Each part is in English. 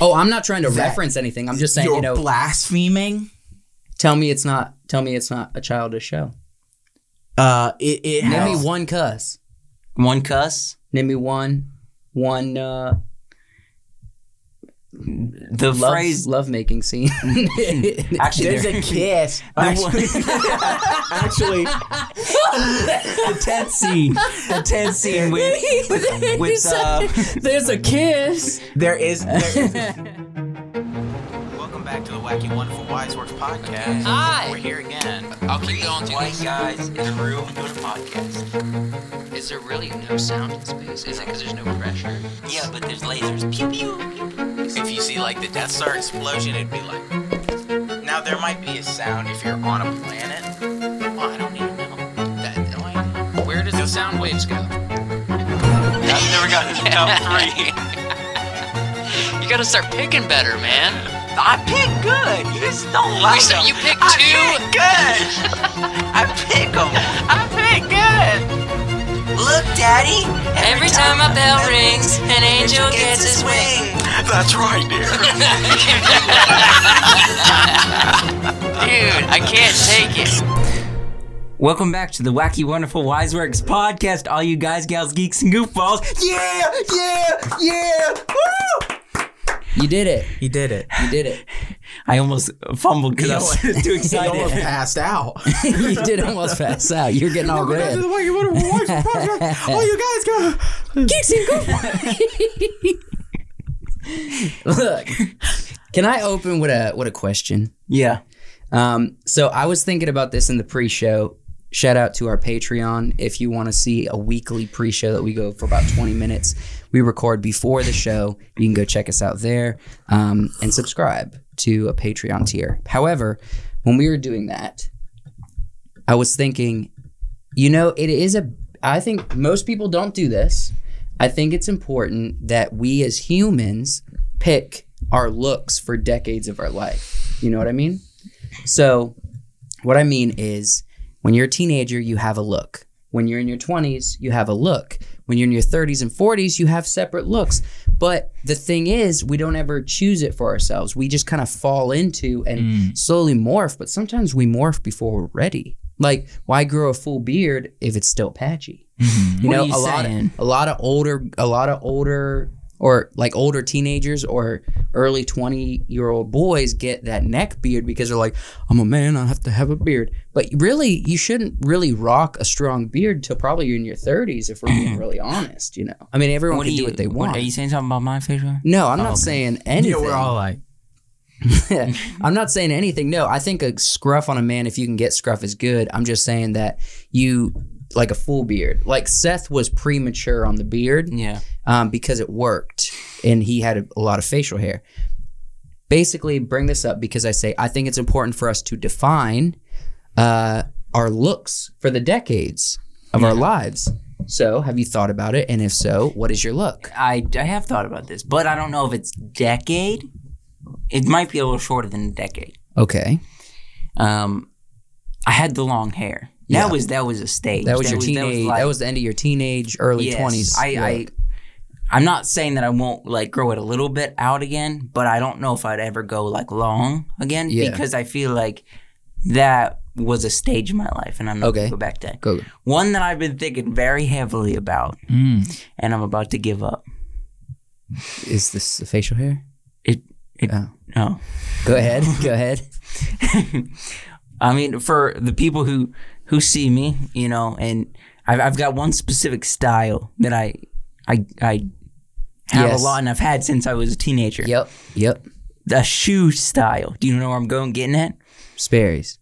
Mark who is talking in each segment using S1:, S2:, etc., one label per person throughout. S1: Oh, I'm not trying to
S2: Zach,
S1: reference anything. I'm just saying,
S2: You're
S1: you know,
S2: blaspheming.
S1: tell me it's not tell me it's not a childish show.
S2: Uh, it, it
S1: Name
S2: has
S1: me one cuss.
S3: One cuss.
S1: Name me one one uh
S3: The
S1: love
S3: phrase.
S1: lovemaking scene.
S3: Actually,
S2: There's
S3: there-
S2: a kiss. Actually, actually,
S3: the tenth scene. The tenth scene with with, with uh,
S1: There's a kiss.
S2: there is. There is
S4: Welcome back to the Wacky Wonderful Wise Works podcast.
S5: Hi.
S4: We're here again.
S5: I'll keep going through
S3: white
S5: this.
S3: guys in the room doing a podcast.
S5: Is there really no sound in space? Is it because there's no pressure?
S3: Yeah, but there's lasers. Pew pew.
S4: If you see like the Death Star explosion, it'd be like. Now there might be a sound if you're on a planet. Well, I don't even know.
S5: That, no idea. Where does the sound waves go?
S4: I've never gotten to top three.
S5: You gotta start picking better, man.
S3: I pick good. You just don't like
S5: You said
S3: them.
S5: you picked
S3: I
S5: two.
S3: pick good. I pick them. I pick good. Look, Daddy.
S5: Every time a bell rings, an angel gets his wings.
S4: That's right, dear.
S5: Dude, I can't take it.
S3: Welcome back to the Wacky Wonderful Wise Works podcast, all you guys, gals, geeks, and goofballs. Yeah, yeah, yeah. Woo!
S1: You did it.
S2: he did it.
S1: You did it.
S3: I almost fumbled because I was too
S2: He almost
S3: excited.
S2: passed out.
S1: you did almost pass out. You're getting all red.
S2: Oh, you guys go.
S1: Look, can I open with a with a question?
S3: yeah.
S1: Um, so I was thinking about this in the pre-show. Shout out to our Patreon if you want to see a weekly pre-show that we go for about 20 minutes. We record before the show. You can go check us out there um, and subscribe to a Patreon tier. However, when we were doing that, I was thinking, you know, it is a. I think most people don't do this. I think it's important that we as humans pick our looks for decades of our life. You know what I mean? So, what I mean is, when you're a teenager, you have a look. When you're in your 20s, you have a look. When you're in your 30s and 40s, you have separate looks. But the thing is, we don't ever choose it for ourselves. We just kind of fall into and slowly morph, but sometimes we morph before we're ready. Like, why grow a full beard if it's still patchy? You
S3: What
S1: know,
S3: are you
S1: a lot
S3: saying?
S1: a lot of older a lot of older or like older teenagers or early 20 year old boys get that neck beard because they're like i'm a man i have to have a beard but really you shouldn't really rock a strong beard till probably you're in your 30s if we're being really honest you know i mean everyone
S3: What
S1: can
S3: are you,
S1: do what they want Oh,
S3: are you saying something about my facial hair?
S1: no i'm not saying anything
S2: Yeah, we're all like.
S1: I'm not saying anything. No, I think a scruff on a man, if you can get scruff, is good. I'm just saying that you like a full beard. Like Seth was premature on the beard
S3: Yeah.
S1: um, because it worked and he had a, a lot of facial hair. Basically, bring this up because I say I think it's important for us to define uh, our looks for the decades of our lives. So, have you thought about it? And if so, what is your look?
S3: I, I have thought about this, but I don't know if it's decade. It might be a little shorter than a decade.
S1: Okay.
S3: Um, I had the long hair.
S1: Yeah.
S3: That was that was a stage.
S1: That was your teenage. That was,
S3: like-
S1: the end of your teenage, early
S3: Yes,
S1: twenties.
S3: I, I I'm not saying that I won't like grow it a little bit out again, but I don't know if I'd ever go like long again
S1: Yeah.
S3: because I feel like that was a stage in my life, and I'm not
S1: Okay.
S3: gonna go back to it.
S1: go.
S3: One that I've been thinking very heavily about,
S2: Mm.
S3: and I'm about to give up.
S1: Is this the facial hair?
S3: It, it
S1: Oh.
S3: no.
S1: Go ahead. Go ahead.
S3: I mean, for the people who who see me, you know, and I've, I've got one specific style that I I I have
S1: Yes.
S3: a lot, and I've had since I was a teenager.
S1: Yep. Yep.
S3: A shoe style. Do you know where I'm going getting at?
S1: Sperry's.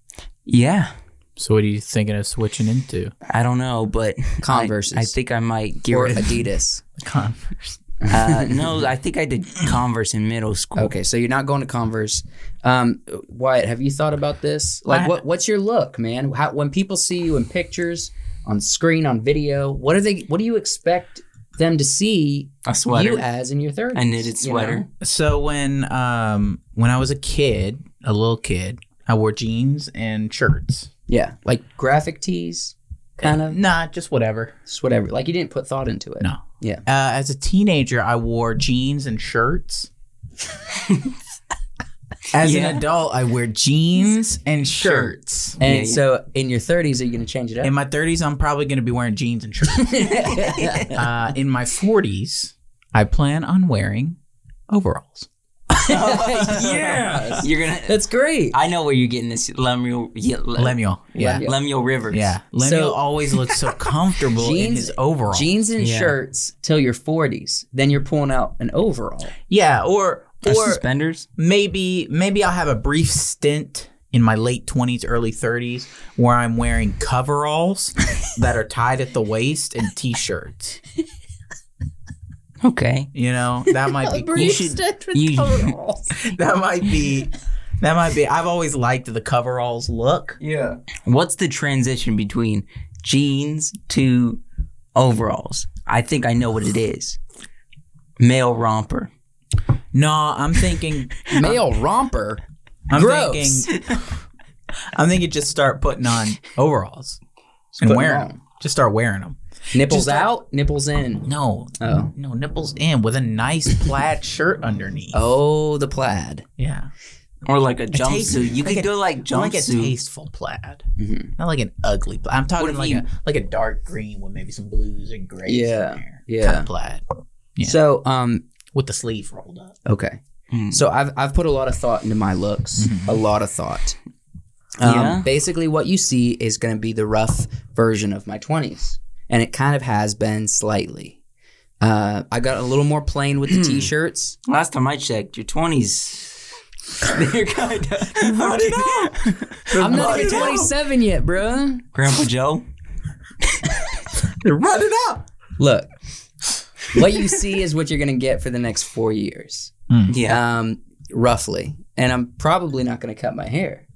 S3: Yeah,
S2: So, what are you thinking of switching into?
S3: I don't know, but I-
S1: Converses.
S3: I, think I might get
S1: Or
S3: rid of.
S1: Adidas.
S2: Converse.
S3: Uh, no, I think I did Converse in middle school.
S1: Okay, so you're not going to Converse. Um, Wyatt, have you thought about this? Like,
S2: I-
S1: what what's your look, man? How, when people see you in pictures, on screen, on video, what are they? What do you expect them to see
S3: A sweater.
S1: you as in your thirties?
S3: I knitted sweater.
S2: So when um when I was a kid, a little kid, I wore jeans and shirts.
S1: Yeah, like graphic tees, kind of,
S2: Nah, just whatever.
S1: just whatever. Like you didn't put thought into it.
S2: No.
S1: Yeah.
S2: Uh, as a teenager, I wore jeans and shirts. As
S3: Yeah.
S2: an adult, I wear jeans and shirts.
S1: And
S3: Yeah, yeah.
S1: so in your 30s, are you going to change it up?
S2: In my 30s, I'm probably going to be wearing jeans and shirts. uh, in my 40s, I plan on wearing overalls.
S1: yeah.
S3: You're gonna.
S1: That's great.
S3: I know where you're getting this Lemuel. Yeah, Le-
S2: Lemuel. Yeah.
S1: Lemuel.
S3: Lemuel Rivers.
S2: Yeah. Lemuel always looks so comfortable in
S1: Jeans-
S2: his overalls.
S1: Jeans and
S3: Yeah.
S1: shirts till your 40s. Then you're pulling out an overall.
S2: Yeah. Or,
S3: Or
S2: or
S3: suspenders.
S2: maybe maybe I'll have a brief stint in my late 20s, early 30s where I'm wearing coveralls that are tied at the waist and t-shirts.
S3: Okay.
S2: You know, that might be cool.
S3: you-
S2: That might be that might be I've always liked the coveralls look.
S1: yeah.
S3: What's the transition between jeans to overalls? I think I know what it is. Male romper.
S2: No, I'm thinking
S1: Male romper.
S2: I'm
S1: Gross.
S2: thinking I'm thinking just start putting on overalls and
S1: putting
S2: wearing
S1: on.
S2: them. Just start wearing them.
S1: Nipples
S3: uh,
S2: Just-
S1: out, nipples in.
S2: No.
S1: Oh.
S2: No nipples in with a nice plaid shirt underneath.
S1: Oh, the plaid.
S2: Yeah.
S3: Or like a jumpsuit.
S2: taste-
S3: you
S2: like
S3: could
S2: a-
S3: go like
S2: I like a
S3: jumpsuit.
S2: tasteful plaid, not like an ugly plaid. I'm
S3: What
S2: talking
S3: do
S2: like
S3: you-
S2: a like a dark green with maybe some blues and grays.
S1: Yeah,
S2: in there.
S1: yeah.
S2: kind of plaid Yeah.
S1: So, um,
S2: with the sleeve rolled up.
S1: okay.
S3: Mm.
S1: So I've I've put a lot of thought into my looks. A lot of thought. Um,
S3: Mm-hmm. Yeah.
S1: Basically, what you see is going to be the rough version of my twenties, and it kind of has been slightly. Uh, I got a little more plain with the t-shirts.
S3: Last time I checked, your twenties. They're kind of. I'm
S1: I'm not even 27 yet, bro.
S3: Grandpa Joe.
S2: Run it up.
S1: Look, what you see is what you're going to get for the next four years.
S3: Yeah.
S1: um, roughly. And I'm probably not going to cut my hair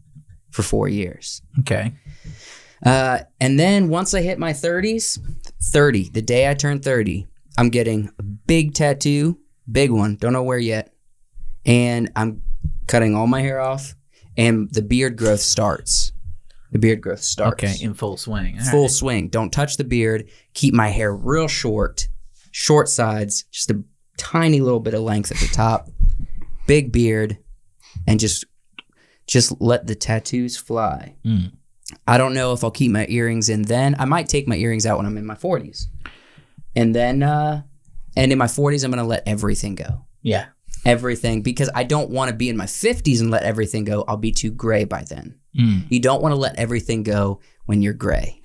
S1: for four years.
S2: Okay.
S1: Uh, and then once I hit my 30s, 30, the day I turn 30, I'm getting a big tattoo, big one, don't know where yet. And I'm cutting all my hair off, and the beard growth starts. The beard growth starts.
S2: Okay. In full swing. All
S1: Full
S2: right.
S1: swing. Don't touch the beard. Keep my hair real short, short sides, just a tiny little bit of length at the top, big beard, and just just let the tattoos fly.
S2: Mm.
S1: I don't know if I'll keep my earrings in then. I might take my earrings out when I'm in my 40s. And then uh and in my 40s I'm going to let everything go.
S2: Yeah.
S1: Everything because I don't want to be in my 50s and let everything go. I'll be too gray by then.
S2: Mm.
S1: You don't want to let everything go when you're gray.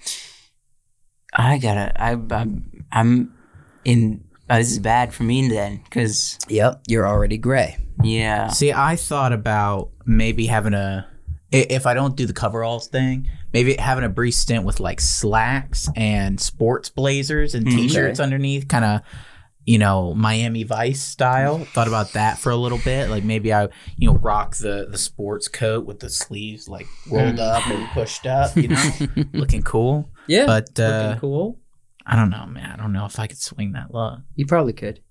S3: I gotta. I, I'm. I'm in. Uh, this is bad for me then, because
S1: Yep, you're already gray.
S3: yeah.
S2: See, I thought about maybe having a i- if I don't do the coveralls thing, maybe having a brief stint with like slacks and sports blazers and
S3: Mm,
S2: t-shirts underneath, kind of you know Miami Vice style. Thought about that for a little bit. Like maybe I you know rock the the sports coat with the sleeves like rolled up and pushed up, you know, looking cool.
S1: Yeah,
S2: But uh,
S1: cool.
S2: I don't know, man. I don't know if I could swing that look.
S1: You probably could.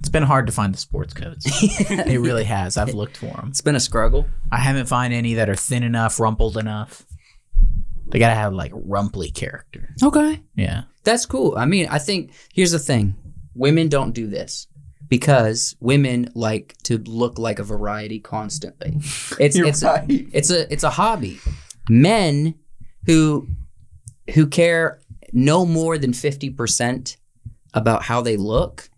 S2: It's been hard to find the sports coats. it really has. I've looked for them.
S1: It's been a struggle.
S2: I haven't found any that are thin enough, rumpled enough. They gotta have like rumply character.
S1: Okay,
S2: Yeah.
S1: that's cool. I mean, I think here's the thing: women don't do this because women like to look like a variety constantly. It's it's a, it's a it's a hobby. Men who who care no more than fifty percent about how they look.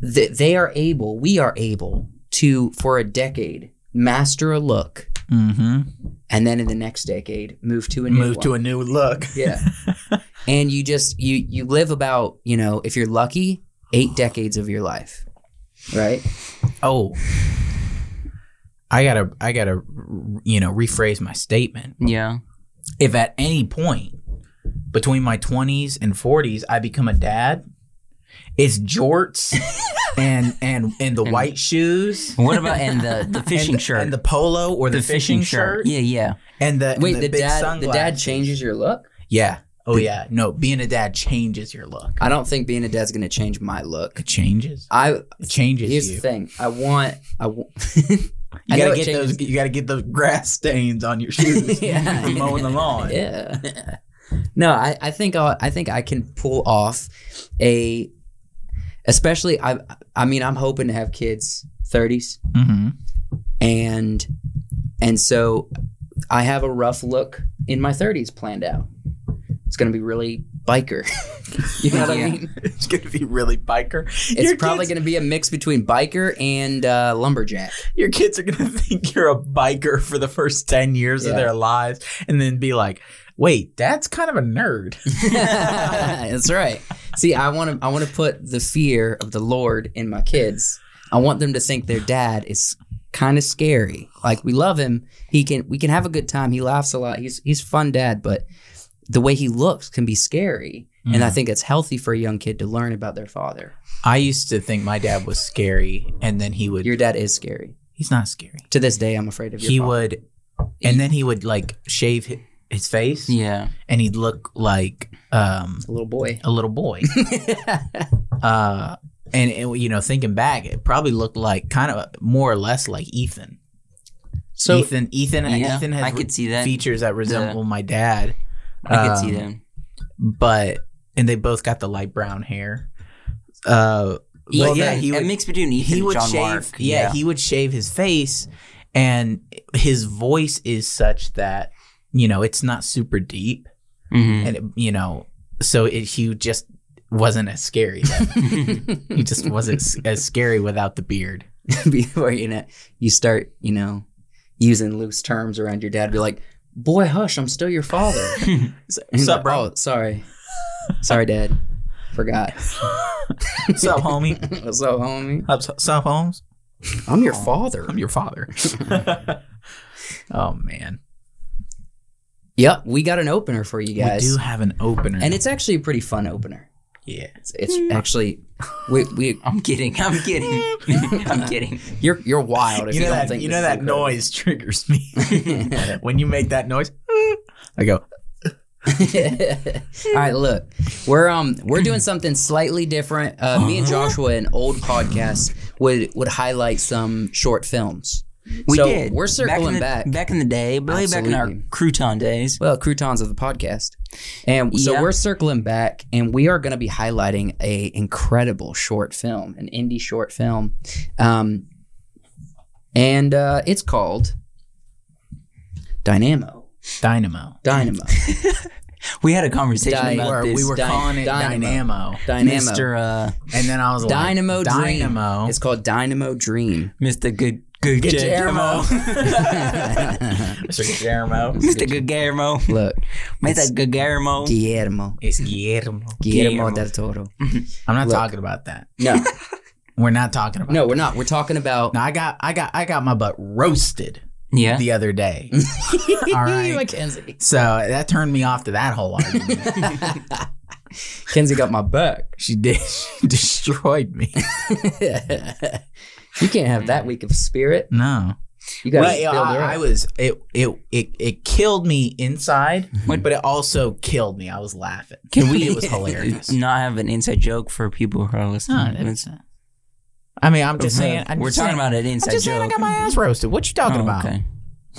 S1: That they are able, we are able to, for a decade, master a look
S2: Mm-hmm.
S1: and then in the next decade move to a new
S2: Move to a new look.
S1: yeah and you just you you live about you know if you're lucky eight decades of your life right
S2: Oh. I gotta I gotta you know, rephrase my statement.
S3: Yeah.
S2: If at any point between my twenties and forties I become a dad, it's jorts and and and the
S3: And-
S2: white shoes.
S3: What about and the the
S2: and
S3: fishing
S2: the,
S3: shirt?
S2: and the polo or the, fishing, shirt,
S3: Yeah, yeah.
S2: and the
S1: wait
S2: and
S1: the,
S2: big
S1: dad the dad
S2: sunglasses.
S1: changes your look
S2: Yeah. Oh yeah. No, being a dad changes your look.
S1: i don't think being a dad's gonna change my look
S2: It changes.
S1: i
S2: It changes
S1: here's
S2: you.
S1: the thing i want i want
S2: You gotta get those. You gotta get those grass stains on your shoes.
S1: Yeah.
S2: from mowing the lawn.
S1: yeah no i i think I'll, i think i can pull off a especially I I mean I'm hoping to have kids 30s
S2: Mm-hmm.
S1: and and so I have a rough look in my 30s planned out. It's going to be really biker. you know what
S3: Yeah.
S1: I mean?
S2: It's gonna be really biker.
S1: It's probably going to be a mix between biker and uh, lumberjack.
S2: your kids are gonna think you're a biker for the first ten years
S1: Yeah.
S2: of their lives, and then be like, "Wait, that's kind of a nerd."
S1: That's right. See, I want to I want to put the fear of the Lord in my kids. I want them to think their dad is kind of scary. Like we love him. He can we can have a good time. He laughs a lot. He's he's a fun dad, but the way he looks can be scary. And I think it's healthy for a young kid to learn about their father.
S2: I used to think my dad was scary, and then he would.
S1: Your dad is scary.
S2: he's not scary.
S1: To this day, I'm afraid of your
S2: He
S1: father.
S2: would, and then he would like shave hi- his face,
S3: Yeah.
S2: and he'd look like um,
S1: a little boy.
S2: a little boy. uh, and it, you know, thinking back, it probably looked like kind of more or less like Ethan.
S1: So
S2: Ethan, Ethan,
S3: Yeah,
S2: Ethan has
S3: I could see that.
S2: features that resemble my dad.
S3: I could see
S2: Um,
S3: that.
S2: but and they both got the light brown hair. Uh,
S3: Well,
S2: but yeah,
S3: that-
S2: he
S3: a
S2: would,
S3: mix between Ethan
S2: he
S3: and
S2: would
S3: John
S2: shave.
S3: Mark.
S2: yeah, he would shave his face, and his voice is such that you know it's not super deep,
S3: Mhm.
S2: and it, you know, so it, he just wasn't as scary.
S3: Mm-hmm.
S2: he just wasn't s- as scary without the beard.
S1: before you know you start you know using loose terms around your dad be like boy hush i'm still your father And he's
S2: Sup, bro?
S1: oh sorry sorry dad forgot
S2: What's up, homie?
S1: what's up homie
S2: What's up, Holmes?
S1: i'm your father
S2: I'm your father. oh man,
S1: yep we got an opener for you guys
S2: we do have an opener,
S1: and it's actually a pretty fun opener
S2: yeah.
S1: it's,
S2: Mm.
S1: it's actually we, we
S3: I'm kidding. I'm kidding. I'm kidding.
S1: you're you're wild if you,
S2: you know
S1: don't
S2: that
S1: think
S2: you
S1: this
S2: know
S1: is
S2: that
S1: incredible.
S2: noise triggers me when you make that noise. I go.
S1: All right, look, we're um we're doing something slightly different. Uh, Me and
S3: Uh-huh.
S1: Joshua, in old podcasts, would would highlight some short films.
S3: We
S1: so
S3: did.
S1: We're
S3: in
S1: circling
S3: the-
S1: back.
S3: Back in the day, way back in our
S1: Absolutely.
S3: crouton days.
S1: Well, croutons of the podcast, and so
S3: Yeah.
S1: we're circling back, and we are going to be highlighting a incredible short film, an indie short film, um, and uh, it's called Dynamo.
S2: Dynamo.
S1: Dynamo.
S3: We had a conversation
S1: Di-
S3: about
S2: Or
S3: this.
S2: we were
S1: Dy-
S2: calling it
S1: Dynamo.
S2: Dynamo.
S1: Dynamo.
S3: Mr. Uh,
S2: and then I was like,
S1: Dynamo Dream.
S2: Dynamo.
S1: It's called Dynamo Dream.
S3: Mr. Good Good Guillermo.
S2: Guillermo. Mr. Guillermo.
S3: Mr. Guillermo.
S1: Look,
S3: Mr. Guillermo.
S1: Guillermo.
S2: It's Guillermo.
S1: Guillermo
S3: Guillermo.
S1: del Toro.
S2: I'm not
S1: Look.
S2: talking about that.
S1: No,
S2: We're not talking about.
S1: no, we're not. We're talking about.
S2: No, I got, I got, I got my butt roasted
S3: Yeah.
S2: the other day. All right.
S1: Mackenzie.
S2: So that turned me off to that whole argument.
S1: Kenzie got my back.
S2: she did. She destroyed me.
S1: you can't have that week of spirit.
S2: No.
S1: You got to
S2: Well,
S1: build
S2: I,
S1: her up.
S2: I was it it it it killed me inside, but it also killed me. I was laughing.
S3: Can we-
S2: It was hilarious.
S3: Not have an inside joke for people who are listening. It's-
S2: I mean, I'm just saying. I'm
S3: we're
S2: just
S3: talking
S2: saying-
S3: about an
S2: I'm
S3: inside
S2: just saying. I
S3: joke.
S2: got my ass roasted. What you talking
S3: Oh,
S2: about?
S3: okay.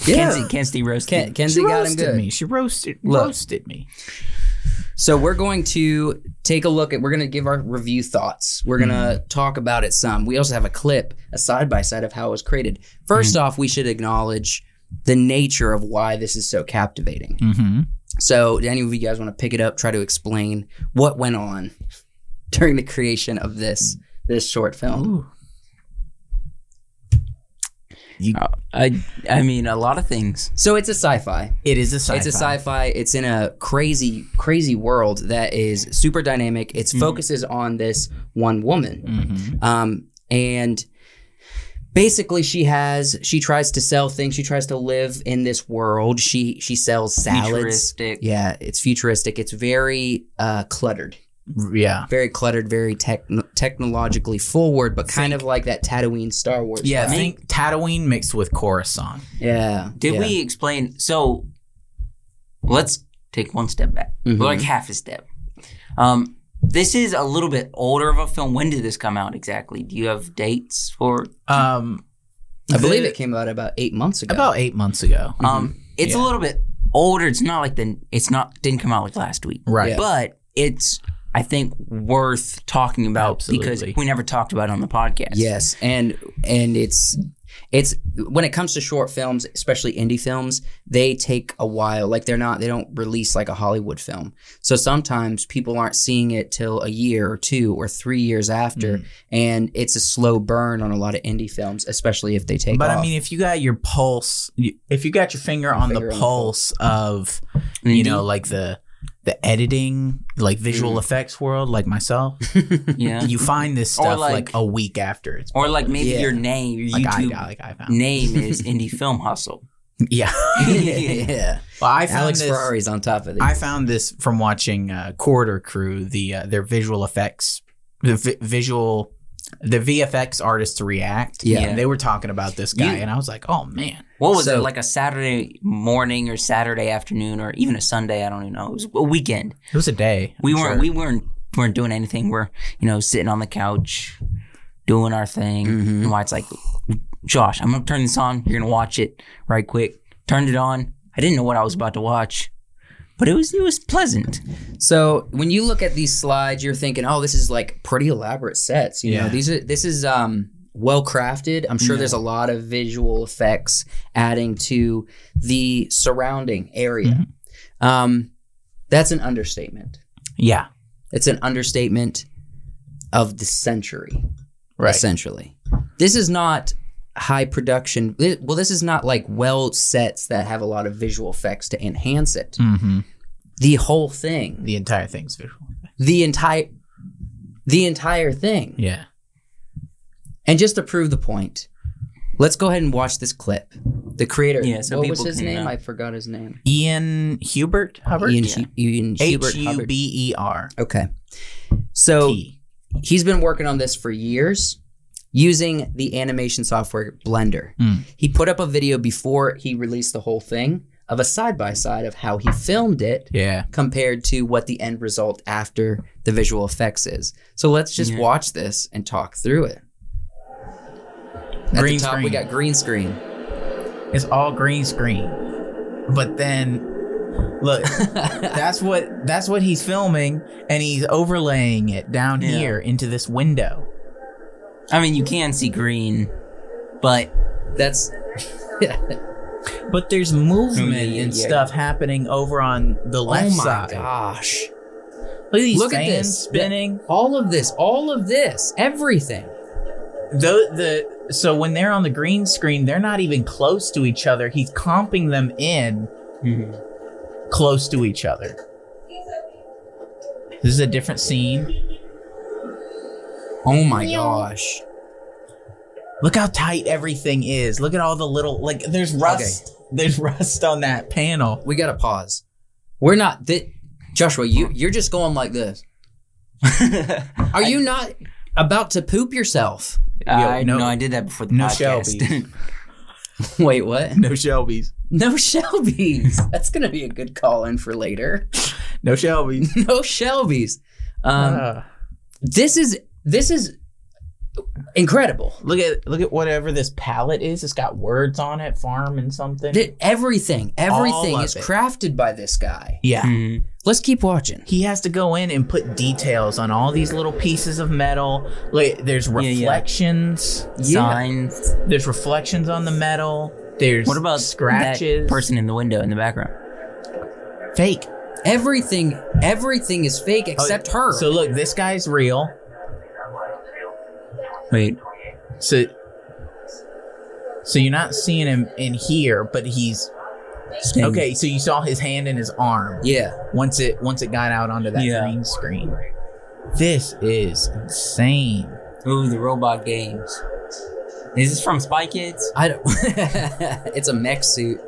S1: Yeah.
S3: Kenzie, Kenzie
S1: Ken-
S3: roasted.
S1: Kenzie
S2: She
S1: got him
S2: roasted
S1: good.
S2: me. She roasted
S1: Look.
S2: roasted me.
S1: So we're going to take a look at. We're going to give our review thoughts. We're going to talk about it some. We also have a clip, a side by side of how it was created. 1st off, we should acknowledge the nature of why this is so captivating.
S2: Mm-hmm.
S1: So, do any of you guys want to pick it up? Try to explain what went on during the creation of this this short film.
S2: Ooh. You,
S3: I I mean a lot of things.
S1: So it's a sci-fi.
S2: it is a sci-fi.
S1: It's a sci-fi. It's in a crazy, crazy world that is super dynamic. Its focuses on this one woman,
S2: Mhm.
S1: um, and basically, she has she tries to sell things. She tries to live in this world. She she sells salads.
S3: Futuristic.
S1: Yeah, it's futuristic. It's very uh, cluttered.
S2: Mm-hmm. Yeah.
S1: very cluttered, very techno technologically forward, but kind of like that Tatooine Star Wars.
S2: Yeah.
S1: vibe.
S2: think Tatooine mixed with Coruscant.
S1: yeah.
S3: Did
S1: yeah.
S3: we explain? So let's take one step back,
S2: Mm-hmm.
S1: Mhm.
S3: like half a step. Um, this is a little bit older of a film. When did this come out exactly? Do you have dates for?
S2: Um,
S1: Mm-hmm. I believe
S2: the-
S1: it came out about eight months ago.
S2: about eight months ago.
S3: Um, it's a
S2: Mm-hmm. Yeah.
S3: little bit older. It's not like the. It's not didn't come out like last week,
S2: Right.
S1: Yeah.
S3: but it's. I think worth talking about
S2: Absolutely.
S3: because we never talked about it on the podcast.
S1: Yes, and and it's it's when it comes to short films, especially indie films, they take a while. Like they're not they don't release like a Hollywood film. So sometimes people aren't seeing it till a year or two or three years
S2: Mm.
S1: after, and it's a slow burn on a lot of indie films, especially if they take.
S2: But
S1: off.
S2: I mean, if you got your pulse, if you got your finger on
S1: Finger
S2: the
S1: on the
S2: pulse of, you
S3: Mm-hmm.
S2: know, like the the editing, like visual effects world, like myself,
S3: yeah.
S2: you find this
S3: Or
S2: stuff like,
S3: like-
S2: a week after it's
S3: Or like maybe
S1: Yeah.
S3: your name, your
S2: like I
S3: YouTube
S2: got, like I found.
S3: name is Indie Film Hustle.
S2: Yeah.
S1: yeah,
S2: Well, I found
S1: Alex
S2: this.
S1: Ferrari's on top of it.
S2: I found this from watching uh, Corridor Crew, the uh, their visual effects, the vi- visual, the VFX artists react.
S1: Yeah.
S2: and they were talking about this guy,
S3: You-
S2: and I was like, oh man,
S3: What was
S1: So-
S3: it like a Saturday morning or Saturday afternoon or even a Sunday? I don't even know. It was a weekend.
S2: it was a day.
S3: We
S2: I'm
S3: weren't
S2: sure.
S3: we weren't weren't doing anything. We're you know sitting on the couch, doing our thing.
S2: Mm-hmm.
S1: Mhm.
S3: And Wyatt's like, Josh, I'm gonna turn this on. You're gonna watch it right quick. Turned it on. I didn't know what I was about to watch, but it was it was pleasant.
S1: So when you look at these slides, you're thinking, "Oh, this is like pretty elaborate sets." You know,
S2: Yeah.
S1: these are this is um, well crafted. I'm sure there's a lot of visual effects adding to the surrounding area. Um, that's an understatement.
S2: Mm-hmm. yeah,
S1: It's an understatement of the century,
S2: right.
S1: essentially. This is not high production. thi- Well, this is not like well sets that have a lot of visual effects to enhance it.
S2: hmm
S1: The whole thing
S2: The entire thing's visual.
S1: the entire the entire thing.
S2: Yeah,
S1: And just to prove the point, let's go ahead and watch this clip. The creator,
S3: Yeah, so
S1: what was
S3: people
S1: his
S3: can
S1: name?
S3: know.
S1: I forgot his name.
S2: Ian Hubert Hubbard.
S1: Ian, Hu- Ian Hubert
S2: H U
S1: Hubbard. Oh,
S2: B E R
S1: Okay. So
S2: T.
S1: he's been working on this for years using the animation software Blender.
S2: Mm.
S1: He put up a video before he released the whole thing of a side by side of how he filmed it
S2: Yeah,
S1: compared to what the end result after the visual effects is. So let's just
S3: Yeah.
S1: watch this and talk through it. At
S2: Green
S1: the top, we
S2: screen.
S1: got green screen.
S2: it's all green screen, but then look. that's what that's what he's filming and he's overlaying it down
S3: Yeah.
S2: here into this window
S3: I mean, you can see green, but
S1: That's
S2: but there's movement
S1: yeah, yeah,
S2: and
S1: yeah.
S2: stuff happening over on the left
S1: oh my
S2: side
S1: gosh!
S2: look at these
S1: Look at
S2: fans
S1: this.
S2: spinning
S1: All of this, all of this, everything.
S2: Though the so when they're on the green screen they're not even close to each other he's comping them in close to each other this is a different scene
S1: Oh my gosh!
S2: look how tight everything is look at all the little like there's rust there's rust on that panel
S1: We gotta pause. We're not thi- Joshua. You you're just going like this. Are you not about to poop yourself?
S3: I
S2: no.
S3: no. I did that before the
S2: No
S3: podcast.
S2: Shelby.
S1: Wait, what?
S2: no shelby's
S1: No Shelby's. That's gonna be a good call in for later.
S2: no shelby's
S1: No Shelby's. Um,
S2: Uh,
S1: this is this is incredible.
S2: look at look at whatever this palette is. It's got words on it, farm and something.
S1: That everything, everything
S2: of
S1: is
S2: it.
S1: crafted by this guy.
S2: yeah.
S3: Mhm.
S1: Let's keep watching.
S2: He has to go in and put details on all these little pieces of metal. Like there's
S3: yeah.
S2: reflections.
S3: Signs.
S2: There's reflections on the metal. There's
S3: What about
S2: scratches?
S3: That person in the window in the background.
S2: fake
S1: Everything, everything is
S3: Oh,
S1: fake except her.
S2: So look, this guy's real.
S3: Wait,
S2: So so you're not seeing him in here, but he's
S3: Sting.
S2: okay. So you saw his hand and his arm.
S1: yeah,
S2: once it once it got out onto that
S3: Yeah.
S2: green screen. This is insane.
S3: Ooh, the robot games. Is this from Spy Kids?
S1: I don't. it's a mech suit.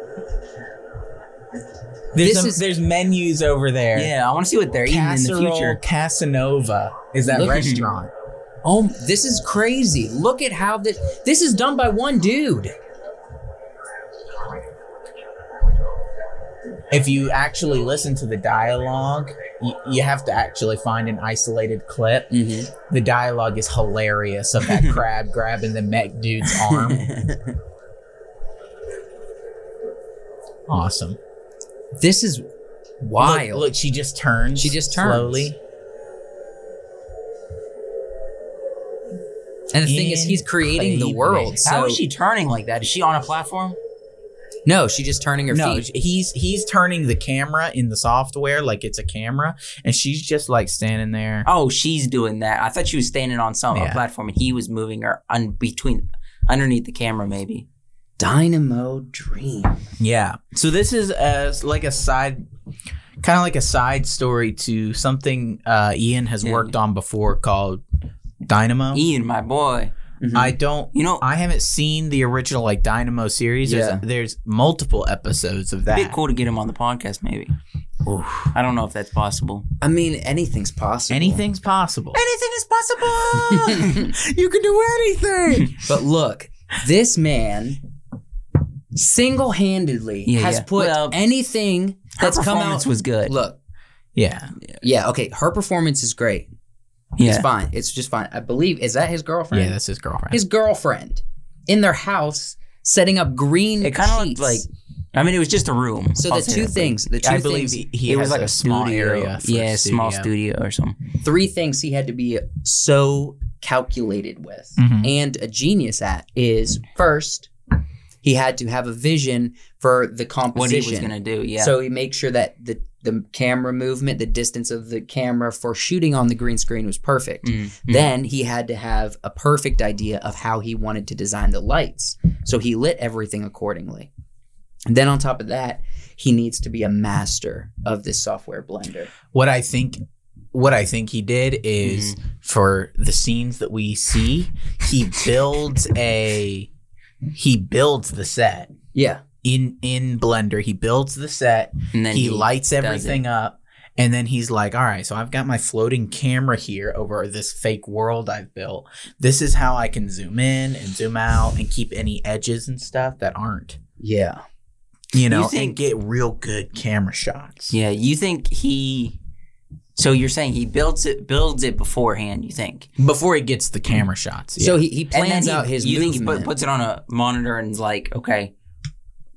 S2: There's
S1: This
S2: some,
S1: is-
S2: there's menus over there.
S3: Yeah, I want to see what they're eating in the
S2: Casserole
S3: future.
S2: Casanova is that
S1: Look at-
S2: restaurant.
S1: Oh, this is crazy. Look at how this this is done by one dude.
S2: If you actually listen to the dialogue, you, you have to actually find an isolated clip.
S1: Mm-hmm.
S2: The dialogue is hilarious of that crab grabbing the mech dude's arm. awesome.
S1: This is
S2: Look-
S1: wild.
S2: Look, she just turns.
S1: She just turns.
S2: slowly.
S1: And the thing is, he's creating the world. So
S3: How is she turning like that? Is she on a platform?
S1: no, she's just turning her
S2: No,
S1: feet.
S2: he's he's turning the camera in the software like it's a camera, and she's just like standing there.
S3: Oh, she's doing that. I thought she was standing on some
S2: Yeah.
S3: a platform and he was moving her un- between underneath the camera, maybe.
S1: Dynamo Dream.
S2: Yeah. So this is as like a side, kind of like a side story to something uh, Ian has
S3: Yeah.
S2: worked on before called Dynamo.
S3: Ian, my boy.
S2: I don't.
S3: You know,
S2: I haven't seen the original like Dynamo series. There's,
S1: Yeah.
S2: there's multiple episodes of
S3: it'd
S2: that.
S3: be cool to get him on the podcast, maybe. I don't know if that's possible.
S1: I mean, anything's possible.
S2: Anything's possible.
S3: Anything is possible.
S2: you can do anything.
S1: But look, this man single handedly
S3: Yeah,
S1: has
S3: yeah.
S1: put
S3: Well,
S1: anything
S3: Her
S1: that's come
S3: performance
S1: out.
S3: was good.
S1: look,
S2: yeah.
S1: yeah, okay, her performance is great. It's
S3: yeah.
S1: fine. It's just fine. I believe, is that his girlfriend?
S2: Yeah. That's his girlfriend.
S1: his girlfriend in their house setting up green
S3: It kind of
S1: sheets.
S3: looked like. I mean, it was just a room.
S1: So
S3: I'll
S1: the
S3: say
S1: two
S3: that,
S1: things, the two
S2: I
S1: things,
S2: believe he,
S3: but
S2: he
S3: it
S2: has
S3: was like a, small
S2: studio
S3: area.
S2: for
S3: Yeah,
S2: a
S3: small studio or something.
S1: three things he had to be so calculated with
S3: Mm-hmm.
S2: Mhm.
S1: and a genius at is first he had to have a vision for the composition.
S3: What he was gonna do? Yeah.
S1: So he made sure that the the camera movement, the distance of the camera for shooting on the green screen was perfect.
S3: Mm.
S1: Then he had to have a perfect idea of how he wanted to design the lights. So he lit everything accordingly. And then on top of that, he needs to be a master of this software blender.
S2: what I think what I think he did is
S3: Mm-hmm.
S2: for the scenes that we see, he builds a he builds the set
S1: Yeah.
S2: in in Blender. He builds the set.
S3: mm. and then
S2: he,
S3: he,
S2: lights
S3: it.
S2: everything up. And then he's like, all right, so I've got my floating camera here over this fake world I've built. This is how I can zoom in and zoom out and keep any edges and stuff that aren't,
S1: Yeah.
S2: you know, and
S3: think-
S2: get real good camera shots.
S3: Yeah, you think he? So you're saying he builds it builds it beforehand? You think?
S2: Before he gets the camera shots.
S1: So he, he
S3: And then
S1: plans
S3: he-
S1: out his
S3: You
S1: movement.
S3: think he put, puts it on a monitor and is like, okay,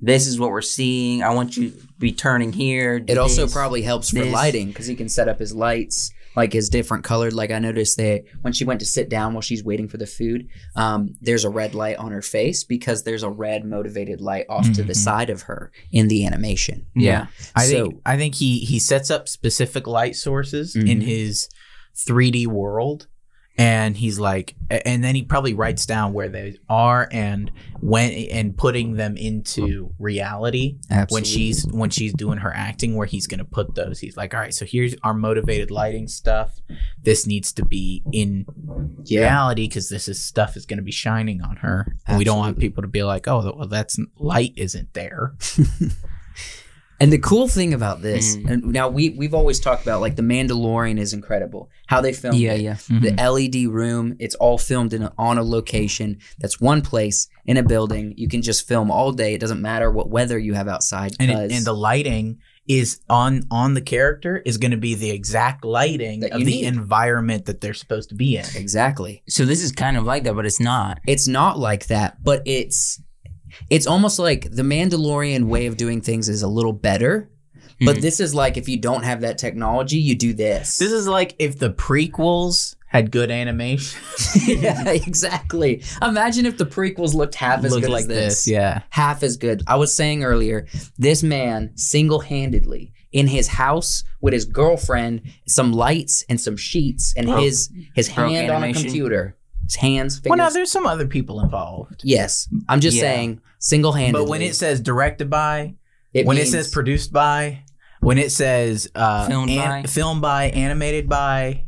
S3: this is what we're seeing. I want you to be turning here. do
S1: It also
S3: this."
S1: probably helps for
S3: this.
S1: lighting because he can set up his lights like his different colored. Like I noticed that when she went to sit down while she's waiting for the food, um, there's a red light on her face because there's a red motivated light off to the
S2: Mhm.
S1: side of her in the animation.
S3: Mm-hmm. Yeah.
S2: I
S1: So-
S2: think I think he he sets up specific light sources in
S1: Mhm.
S2: his 3D world and he's like a- and then he probably writes down where they are and when and putting them into reality
S1: Absolutely.
S2: when she's when she's doing her acting where he's going to put those he's like all right so here's our motivated lighting stuff this needs to be in
S1: yeah.
S2: reality because this is stuff is going to be shining on her and we don't want
S1: Absolutely.
S2: people to be like oh well that's light isn't there
S1: And the cool thing about this,
S2: Mm-hmm.
S3: Mhm.
S1: and now we we've always talked about like the Mandalorian is incredible. How they filmed
S3: Yeah,
S1: it.
S3: yeah.
S2: Mm-hmm.
S1: the LED room. It's all filmed in a, on a location that's one place in a building. You can just film all day. It doesn't matter what weather you have outside.
S2: and
S1: 'cause-
S2: it, and the lighting is on on the character is going to be the exact lighting
S1: That
S2: of
S1: you
S2: the
S1: need.
S2: environment that they're supposed to be in.
S1: exactly,
S3: So this is kind of like that, but it's not.
S1: it's not like that, but it's it's almost like the Mandalorian way of doing things is a little better. But
S3: Mhm.
S1: this is like if you don't have that technology, you do this.
S2: Mm-hmm. This is like if the prequels had good animation,
S1: yeah, exactly. Imagine if the prequels looked half as
S2: looked
S1: good
S2: like
S1: as this.
S2: this. Yeah,
S1: half as good. I was saying earlier, this man single handedly in his house with his girlfriend, some lights and some sheets, and
S3: Broke-
S1: his his
S3: broke
S1: hand on a
S3: animation.
S1: computer, his hands, fingers.
S2: well, now there's some other people involved,
S1: yes, I'm just
S3: Yeah.
S1: saying single handedly.
S2: but when it says directed by, when it says produced by, when it says uh,
S3: Filmed by.
S2: filmed by, animated by,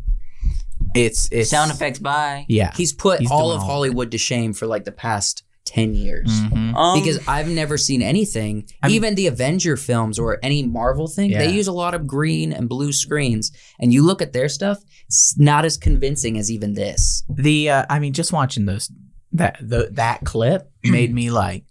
S2: it's it's
S3: Sound effects by.
S2: Yeah,
S1: he's put
S2: He's
S1: all
S2: doing
S1: of
S2: all of
S1: Hollywood to shame for like the past ten years.
S2: Mhm.
S3: Um,
S1: Because I've never seen anything,
S2: I mean-
S1: even the Avenger films or any Marvel thing,
S2: Yeah.
S1: they use a lot of green and blue screens. And you look at their stuff, it's not as convincing as even this.
S2: the uh, I mean, just watching those that the, that clip made me like,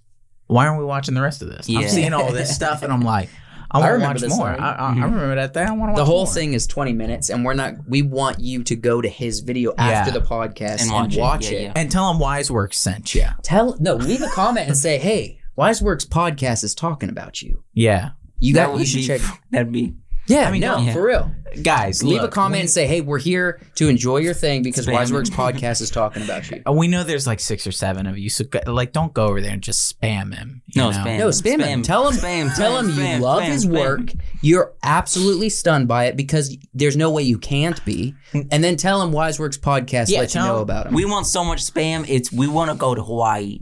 S2: why aren't we watching the rest of this?
S3: Yeah.
S2: I'm seeing all this stuff, and I'm like, I want to
S1: remember
S2: watch
S1: this
S2: more.
S1: song.
S2: I, I,
S3: Mhm.
S2: I remember that thing. I want to watch
S1: the whole
S2: more.
S1: thing is 20 minutes and we're not we want you to go to his video after
S2: Yeah.
S1: the podcast and
S3: And
S1: watch,
S3: watch
S1: it,
S3: it. Yeah, yeah.
S2: And tell them Wise Work sent you.
S1: tell no leave a comment and say hey wiseworks podcast is talking about you
S2: Yeah,
S1: you
S3: That
S1: got you
S3: would
S1: should
S3: be-
S1: check
S3: That'd be
S1: Yeah,
S2: I mean,
S1: no,
S2: no.
S1: for real.
S2: Guys,
S1: Leave
S2: look,
S1: a comment and say, hey, we're here to enjoy your thing because Wiseworks Podcast is talking about you.
S2: We, we know there's like six or seven of you, so go, like don't go over there and just spam him. you
S3: No,
S2: know?
S3: spam.
S1: No, spam, him. Tell him,
S3: Spam,
S1: tell him
S3: spam, spam,
S1: you love
S3: spam,
S1: his
S3: spam.
S1: work. You're absolutely stunned by it because there's no way you can't be. And then tell him Wiseworks Podcast
S2: Yeah,
S1: let you
S2: tell
S1: know
S2: him
S1: about him.
S3: We want so much spam. It's we want to go to Hawaii.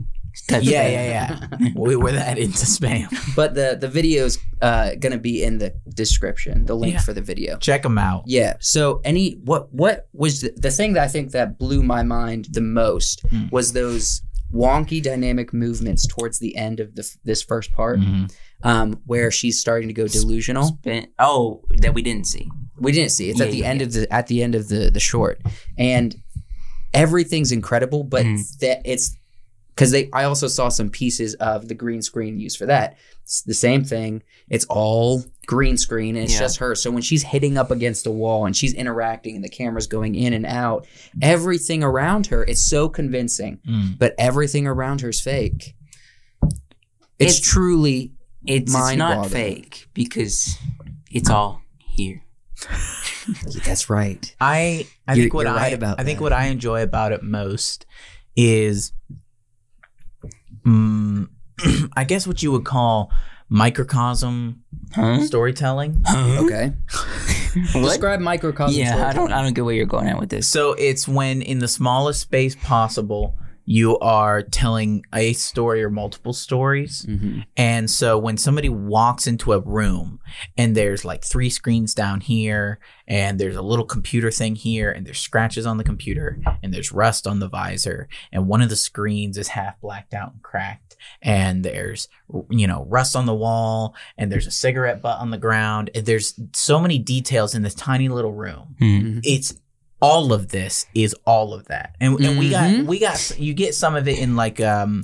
S3: Type
S2: Yeah,
S3: of thing.
S2: yeah, yeah. we, we're that into spam.
S1: but the the video's uh, gonna be in the description, the link
S2: Yeah.
S1: for the video.
S2: Check him out.
S1: Yeah. So any what what was the, the thing that I think that blew my mind the most
S3: Hmm.
S2: Mm.
S1: was those wonky dynamic movements towards the end of the, f- this first part,
S3: Hmm.
S2: Mhm.
S1: um, where she's starting to go delusional.
S3: Spam. Oh, that we didn't see.
S1: We didn't see. It's at
S3: Yeah,
S1: the
S3: yeah,
S1: end of the at the end of the the short, and everything's incredible. But
S3: Mm.
S1: that it's because they. I also saw some pieces of the green screen used for that. It's the same thing. It's all green screen, and it's
S3: Yeah.
S1: just her. So when she's hitting up against a wall and she's interacting, and the camera's going in and out, everything around her it's so convincing.
S2: Mm.
S1: But everything around her is fake. It's,
S3: It's-
S1: truly
S3: It's, it's not
S1: Mind-boggling.
S3: fake because it's all here.
S1: that's right.
S2: I I
S1: You're-
S2: think what
S1: you're
S2: I
S1: right about
S2: I think
S1: that.
S2: what I enjoy about it most is, mm, I guess what you would call microcosm
S1: Mm-hmm.
S3: Huh?
S2: storytelling.
S1: Okay. Describe microcosm.
S3: Yeah, I
S1: storytelling.
S3: don't. I don't get where you're going at with this.
S2: So it's when in the smallest space possible you are telling a story or multiple stories.
S1: Mhm.
S2: And so when somebody walks into a room and there's like three screens down here and there's a little computer thing here and there's scratches on the computer and there's rust on the visor and one of the screens is half blacked out and cracked and there's you know rust on the wall and there's a cigarette butt on the ground and there's so many details in this tiny little room it's all of this is all of that and, and we got
S3: Mm-hmm.
S1: Mhm.
S2: we got you get some of it in like um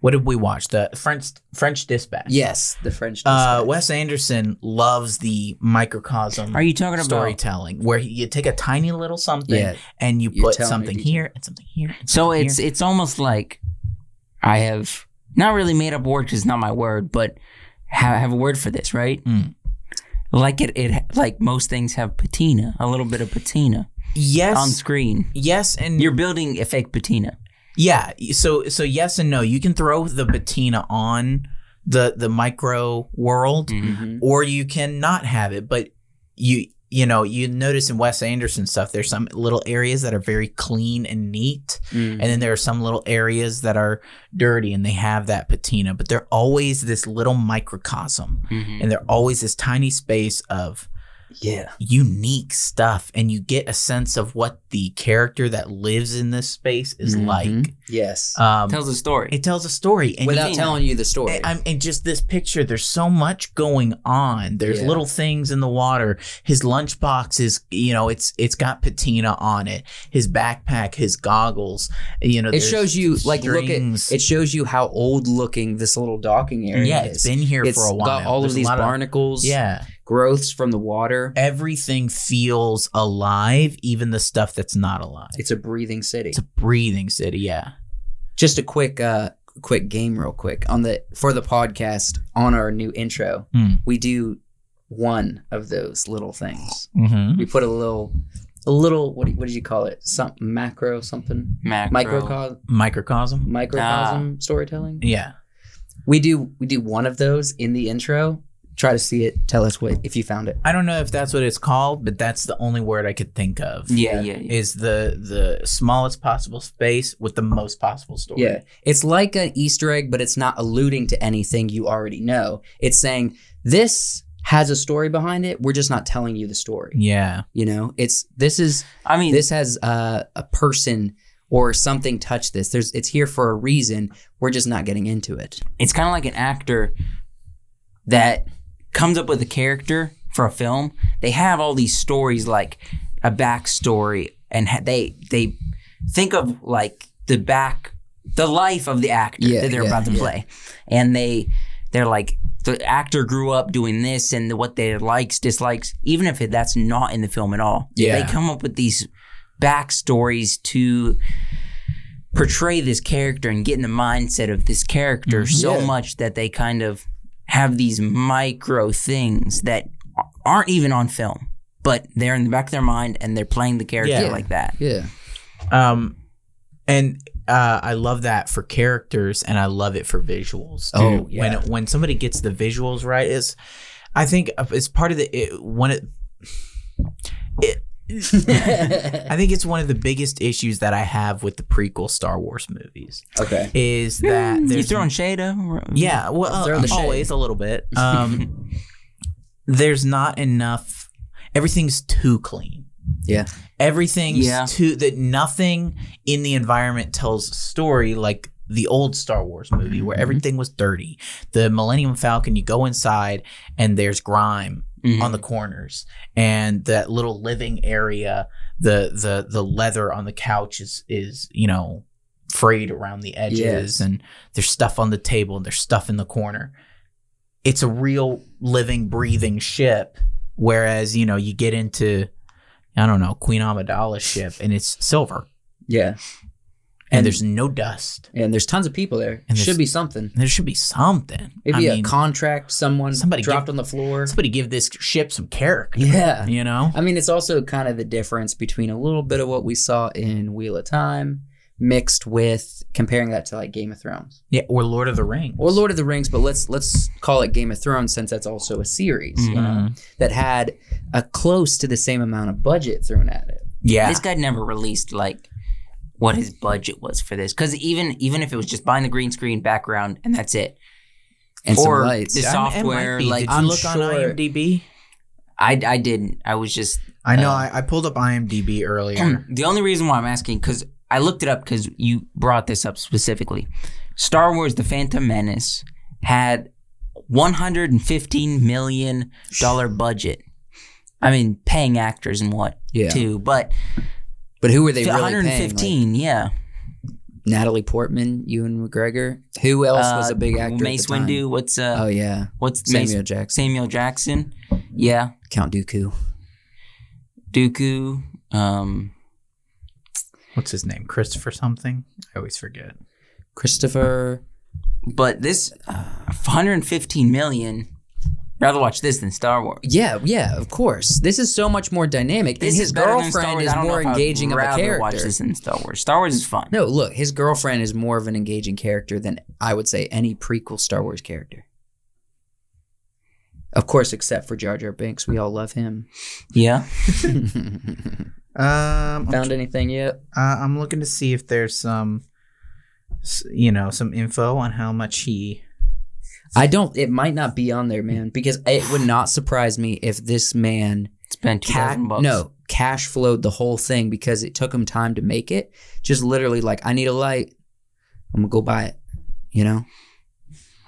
S2: what did we watch the french french dispatch
S1: Yes, the French.
S2: uh
S1: Dispatch.
S2: wes anderson loves the microcosm
S3: Are you talking about?
S2: storytelling where he, you take a tiny little something
S1: Yeah.
S2: and you
S1: You're
S2: put
S1: telling
S2: something
S1: me.
S2: here and something here and
S3: So
S2: something
S3: it's
S2: here.
S3: it's almost like I have not really made up word because it's not my word, but ha- have a word for this, right?
S2: Mm.
S3: Like it, it like most things have patina, a little bit of patina
S2: yes Mm.
S3: on screen.
S2: yes and
S3: You're building a fake patina.
S2: Yeah. So so yes and no. You can throw the patina on the the micro world,
S3: Mhm.
S2: or you can not have it. But you you know you notice in Wes Anderson stuff, there's some little areas that are very clean and neat,
S1: Mm.
S2: and then there are some little areas that are dirty and they have that patina. But they're always this little microcosm,
S1: Mm-hmm.
S2: and they're always this tiny space of
S1: yeah.
S2: unique stuff and you get a sense of what the character that lives in this space is
S3: Mhm.
S2: like
S1: Yes.
S2: um,
S3: Tells a story.
S2: it tells a story and
S1: Without
S2: you-
S1: telling you the story.
S2: and, I'm, and just this picture there's so much going on there's
S1: Yeah.
S2: little things in the water his lunchbox is you know it's it's got patina on it his backpack his goggles you know
S1: it shows you like
S2: strings.
S1: look at it shows you how old looking this little docking area
S2: yeah
S1: is.
S2: it's been here
S1: It's
S2: for a while
S1: got all
S2: There's
S1: of
S2: a
S1: these
S2: lot
S1: barnacles,
S2: yeah
S1: growths from the water.
S2: everything feels alive even the stuff that's not alive
S1: It's a breathing city.
S2: it's a breathing city yeah
S1: Just a quick uh quick game real quick on the for the podcast on our new intro.
S2: Hmm.
S1: We do one of those little things.
S2: mm-hmm.
S1: We put a little a little what do, what did you call it? Some macro something?
S3: Macro.
S1: Microcosm
S2: microcosm
S1: microcosm
S2: Ah.
S1: storytelling?
S2: yeah
S1: We do we do one of those in the intro. Try to see it. Tell us what if you found it.
S2: I don't know if that's what it's called, but that's the only word I could think of.
S3: Yeah, yeah, yeah.
S2: Is the the smallest possible space with the most possible story.
S1: Yeah, it's like an Easter egg, but it's not alluding to anything you already know. It's saying this has a story behind it. We're just not telling you the story.
S2: Yeah.
S1: You know, it's this is
S3: I mean,
S1: this has uh, a person or something touched this. There's it's here for a reason. We're just not getting into it.
S3: it's kind of like an actor that comes up with a character for a film. They have all these stories, like a backstory, and ha- they they think of like the back, the life of the actor
S1: Yeah,
S3: that they're
S1: yeah,
S3: about to
S1: yeah.
S3: play, and they they're like the actor grew up doing this and what they likes dislikes, even if that's not in the film at all.
S1: Yeah.
S3: they come up with these backstories to portray this character and get in the mindset of this character so
S1: Yeah.
S3: much that they kind of have these micro things that aren't even on film, but they're in the back of their mind and they're playing the character
S1: Yeah.
S3: like that.
S1: Yeah.
S2: Um, and uh, I love that for characters, and I love it for visuals too.
S1: Oh, yeah.
S2: When when somebody gets the visuals right, is I think uh, it's part of the it, when it. it I think it's one of the biggest issues that I have with the prequel Star Wars movies
S1: Okay.
S2: is that
S3: Mm. Hmm. You
S2: there's
S3: throwing shade over?
S2: yeah, well, uh,
S1: Throw the shade.
S2: always a little bit. Um, there's not enough. Everything's too clean.
S1: Yeah.
S2: Everything's
S3: Yeah.
S2: too that nothing in the environment tells a story like the old Star Wars movie where everything was dirty. The Millennium Falcon, you go inside and there's grime
S3: Mhm.
S2: on
S1: Hmm.
S2: the corners and that little living area, the the the leather on the couch is is, you know, frayed around the edges and there's stuff on the table and there's stuff in the corner. It's a real living, breathing ship. Whereas, you know, you get into I don't know, Queen Amidala's ship and it's silver.
S1: Yeah.
S2: And,
S1: And-
S2: there's no dust.
S1: And there's tons of people there.
S2: And
S1: Should
S2: there's-
S1: be something.
S2: There should be something.
S1: Maybe
S2: I
S1: a
S2: mean,
S1: contract someone
S2: somebody
S1: dropped
S2: give-
S1: on the floor.
S2: somebody give this ship some character.
S1: Yeah.
S2: You know?
S1: I mean, it's also kind of the difference between a little bit of what we saw in Wheel of Time mixed with comparing that to like Game of Thrones
S2: Yeah. Or Lord of the Rings.
S1: or Lord of the Rings, but let's let's call it Game of Thrones since that's also a series, you know,
S3: Mm-hmm.
S1: that had a close to the same amount of budget thrown at it.
S2: Yeah.
S3: This guy never released like what his budget was for this because even even if it was just buying the green screen background and that's it,
S1: And
S3: or
S1: some lights.
S3: the
S2: I mean, it
S3: software.
S2: might be.
S3: Like
S2: Did you
S1: I'm
S2: look
S1: sure-
S2: on IMDb?
S3: I, I didn't. I was just
S2: I
S1: know,
S2: know.
S1: Uh,
S2: I, pulled up IMDb earlier.
S3: the only reason why I'm asking because I looked it up because you brought this up specifically. Star Wars: The Phantom Menace had 115 million dollar budget. I mean, paying actors and what
S1: Yeah.
S3: too, but
S1: But who were they really paying?
S3: 115, yeah.
S1: Like Natalie Portman, Ewan McGregor. Who else was
S3: Uh,
S1: a big actor? at
S3: Mace
S1: the time?
S3: Windu. What's uh?
S1: Oh yeah,
S3: what's
S1: Samuel
S3: Mace,
S1: Jackson,
S3: Samuel Jackson? Yeah,
S1: Count Dooku.
S3: Dooku. Um,
S2: What's his name? Christopher something? I always forget.
S1: Christopher.
S3: but this uh, 115 million. Rather watch this than Star Wars.
S1: Yeah, yeah, of course. This is so much more dynamic. and
S3: This is
S1: his
S3: better than Star
S1: girlfriend
S3: Wars.
S1: is
S3: I don't know
S1: more
S3: if I'd
S1: engaging of a
S3: rather
S1: character.
S3: Watch this than Star Wars. Star Wars is fun.
S1: No, look, his girlfriend is more of an engaging character than I would say any prequel Star Wars character. Of course, except for Jar Jar Binks, we all love him.
S3: Yeah,
S1: Found
S2: Um, I'm,
S1: anything yet?
S2: uh, I'm looking to see if there's some, s- you know, some info on how much he.
S1: I don't. It might not be on there, man, because it would not surprise me if this man
S3: spent two
S1: ca-
S3: thousand bucks.
S1: no cash flowed the whole thing because it took him time to make it. Just literally, like I need a light, I'm gonna go buy it. You know,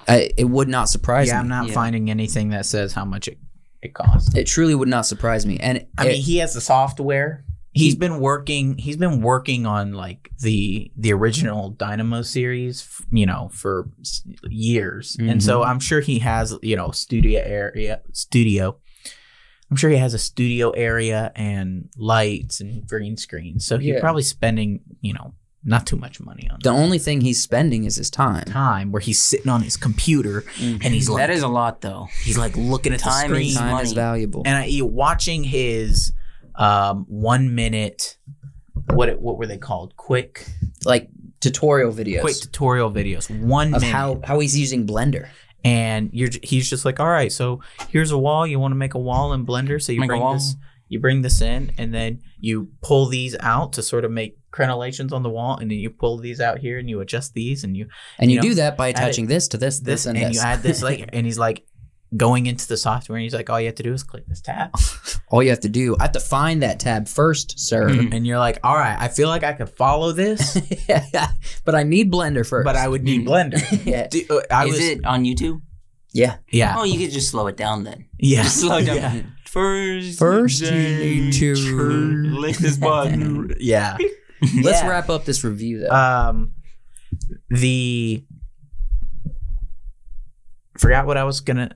S1: I, it would not surprise
S2: Yeah, I'm
S1: me.
S2: not
S3: Yeah.
S2: finding anything that says how much it it costs.
S1: it truly would not surprise me. And
S2: I
S1: it-
S2: mean, he has the software. He's been working. He's been working on like the the original Dynamo series, f- you know, for s- years, and so I'm sure he has, you know, studio area, studio. I'm sure he has a studio area and lights and green screens. So he's
S1: Yeah.
S2: probably spending, you know, not too much money on
S1: the only thing he's spending is his time.
S2: time where he's sitting on his computer and he's like,
S3: that is a lot though.
S2: he's like looking at the
S3: Time
S2: screen.
S3: is
S1: Time is
S3: money.
S1: valuable.
S2: and I, you watching his um, one minute what it- what were they called quick
S1: like tutorial videos
S2: quick tutorial videos one
S1: of
S2: minute
S1: how how he's using Blender.
S2: and you're j- he's just like all right so here's a wall you want to make a wall in blender so you
S3: Make a
S2: bring
S3: wall.
S2: this you bring this in and then you pull these out to sort of make crenellations on the wall and then you pull these out here and you adjust these and you
S1: And you,
S2: You know,
S1: do that by
S2: add it-
S1: attaching this to this, this,
S2: this
S1: and,
S2: and,
S1: this.
S2: you add this like and he's like going into the software and he's like all you have to do is click this tab
S1: All you have to do, I have to find that tab first, sir.
S2: and you're like all right i feel like i could follow this
S1: but I need Blender first.
S2: Mm-hmm. but i would need blender
S1: yeah.
S2: Do- uh,
S3: Mm-hmm.
S2: I
S3: is
S2: was,
S3: it on YouTube?
S1: yeah.
S2: yeah,
S3: Oh, you could just slow it down then.
S2: yeah.
S3: Just slow it down.
S2: Yeah.
S3: First,
S1: First you need to- Um,
S3: lick this button.
S2: yeah.
S1: Let's
S2: Yeah.
S1: wrap up this review though.
S2: Um, the forgot what I was gonna.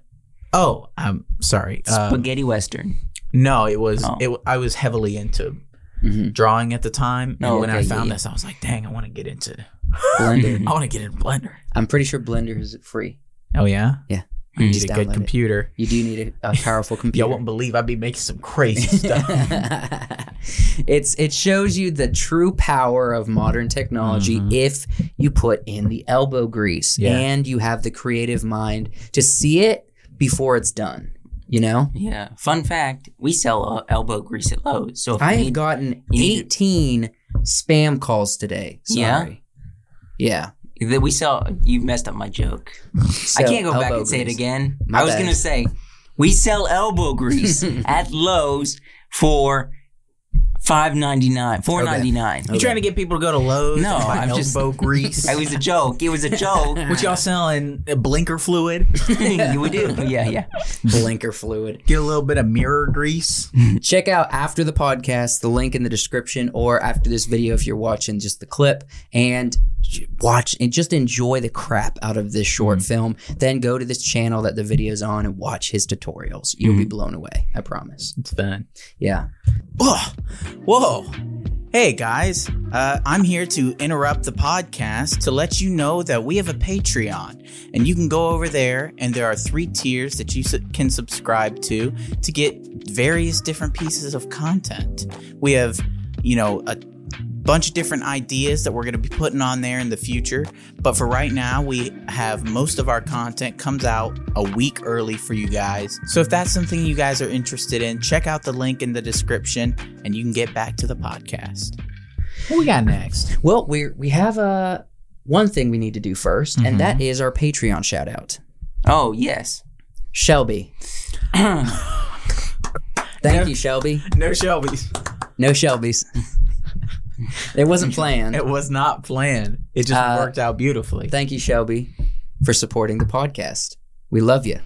S2: Oh, I'm sorry. Um,
S3: Spaghetti Western.
S2: no, it was
S3: Oh.
S2: it. w- I was heavily into
S1: Mhm.
S2: drawing at the time, and
S3: Oh,
S2: when I
S3: okay,
S2: found
S3: yeah. Mm.
S2: this, I was like, "Dang, I want to get into.
S1: Blender.
S2: I want to get in Blender."
S1: I'm pretty sure Blender is free.
S2: Oh yeah,
S1: Yeah.
S2: I need
S1: Just
S2: a good
S1: download it.
S2: computer.
S1: You do need a, a powerful computer.
S2: Y'all wouldn't believe I'd be making some crazy stuff.
S1: it's it shows you the true power of modern technology
S3: Mm-hmm.
S1: if you put in the elbow grease
S2: Yeah.
S1: and you have the creative mind to see it before it's done. You know,
S3: Yeah. Fun fact: we sell uh, elbow grease at Lowe's. So if
S1: I
S3: you
S1: have
S3: need-
S1: gotten
S3: you need-
S1: eighteen spam calls today.
S3: Yeah?
S1: Sorry. Yeah.
S3: that we sell, you messed up my joke.
S1: So,
S3: I can't go back
S1: elbow
S3: and say it
S1: grease.
S3: again.
S1: My
S3: I was
S1: bad.
S3: gonna say we sell elbow grease at Lowe's for five ninety nine, four ninety nine.
S2: You trying to get people to go to Lowe's?
S3: No,
S2: and buy
S3: I'm
S2: elbow
S3: just-
S2: grease.
S3: It was a joke. It was a joke.
S2: what y'all selling? Uh, Blinker fluid.
S3: you would do. Yeah, yeah.
S1: Blinker fluid.
S2: Get a little bit of mirror grease.
S1: Check out after the podcast, the link in the description, or after this video if you're watching just the clip, and j- watch and just enjoy the crap out of this short film. Then go to this channel that the video's on and watch his tutorials. You'll be blown away. I promise.
S2: It's fun.
S1: Yeah.
S2: Whoa. Whoa. Hey guys, uh, I'm here to interrupt the podcast to let you know that we have a Patreon, and you can go over there, and there are three tiers that you su- can subscribe to to get various different pieces of content. We have, you know, a bunch of different ideas that we're going to be putting on there in the future. But for right now, we have most of our content comes out a week early for you guys. So if that's something you guys are interested in, check out the link in the description and you can get back to the podcast. What we got next?
S1: Well, we we have uh, one thing we need to do 1st and that is our Patreon shout out.
S3: Oh yes.
S1: Shelby. Thank you, Shelby.
S2: No Shelby's.
S1: No Shelby's. it wasn't planned.
S2: It was not planned. It just
S1: Uh,
S2: worked out beautifully.
S1: Thank you, Shelby, for supporting the podcast. We love you.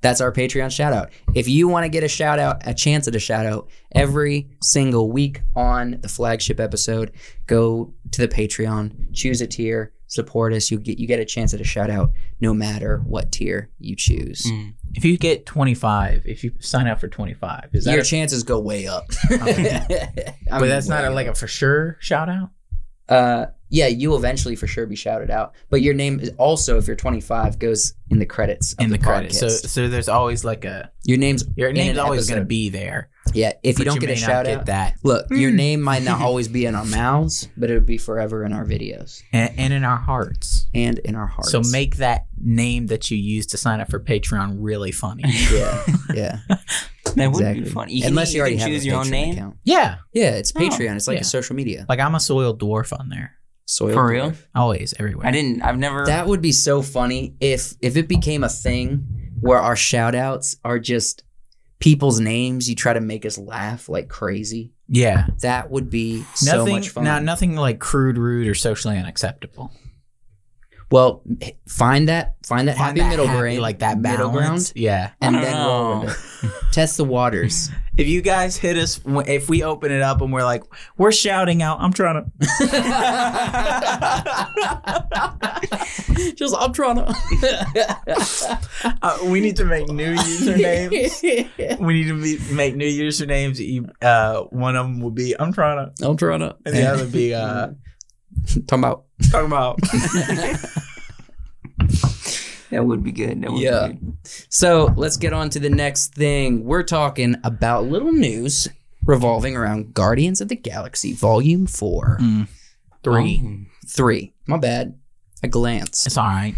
S1: That's our Patreon shout out. If you want to get a shout out, a chance at a shout out every single week on the flagship episode, go to the Patreon, choose a tier, support us. You get you get a chance at a shout out no matter what tier you choose.
S3: Mm.
S2: If you get 25, if you sign up for 25, is
S1: Your chances go way up.
S2: but that's not a, like a for sure shout out?
S1: uh yeah, you eventually for sure be shouted out. But your name is also if you're 25 goes in the credits of
S2: in the, credits. So,
S1: podcast.
S2: so there's always like a
S1: Your name's
S2: your
S1: in
S2: name's
S1: an
S2: always going to
S1: episode.
S2: be there.
S1: Yeah, if you
S2: but
S1: don't get a
S2: may not
S1: shout
S2: get
S1: out,
S2: that
S1: look, your name might not always be in our mouths, but it would be forever in our videos
S2: and, and in our hearts.
S1: and in our hearts.
S2: So make that name that you use to sign up for Patreon really funny.
S1: yeah, yeah,
S3: That
S1: exactly.
S3: would be funny. You can-
S1: Unless you, already
S3: can
S1: have
S3: choose
S1: a
S3: your own
S1: Patreon
S3: name.
S1: account.
S2: yeah,
S1: Yeah, it's
S3: Oh,
S1: Patreon. It's like
S2: yeah.
S1: a social media.
S2: like I'm a soil dwarf on there,
S1: Soil
S3: For real?
S1: Dwarf.
S2: always everywhere.
S3: I didn't. I've never.
S1: That would be so funny if if it became a thing where our shout outs are just people's names. You try to make us laugh like crazy.
S2: Yeah,
S1: That would be so
S2: nothing.
S1: much fun.
S2: Not nothing like crude, rude, or socially unacceptable.
S1: well, h- find that find that
S2: Find
S1: happy
S2: that
S1: middle
S2: happy,
S1: ground,
S2: like that
S1: middle ground.
S2: balance. Yeah.
S1: and
S3: I don't
S1: then roll
S3: know.
S1: with it. Test the waters.
S2: If you guys hit us, w- if we open it up and we're like, we're shouting out, I'm trying to.
S1: Just I'm trying to.
S2: Uh, we need to make new usernames. we need to be, make new usernames. You- Uh, one of them will be I'm trying to,
S1: I'm trying to.
S2: and the other would be uh,
S1: Talking about.
S2: talking about.
S3: that would be good. That would
S1: Yeah.
S3: Be good.
S1: So let's get on to the next thing. We're talking about little news revolving around Guardians of the Galaxy Volume Four,
S3: Oh.
S1: three. My bad. I glanced.
S2: It's all right.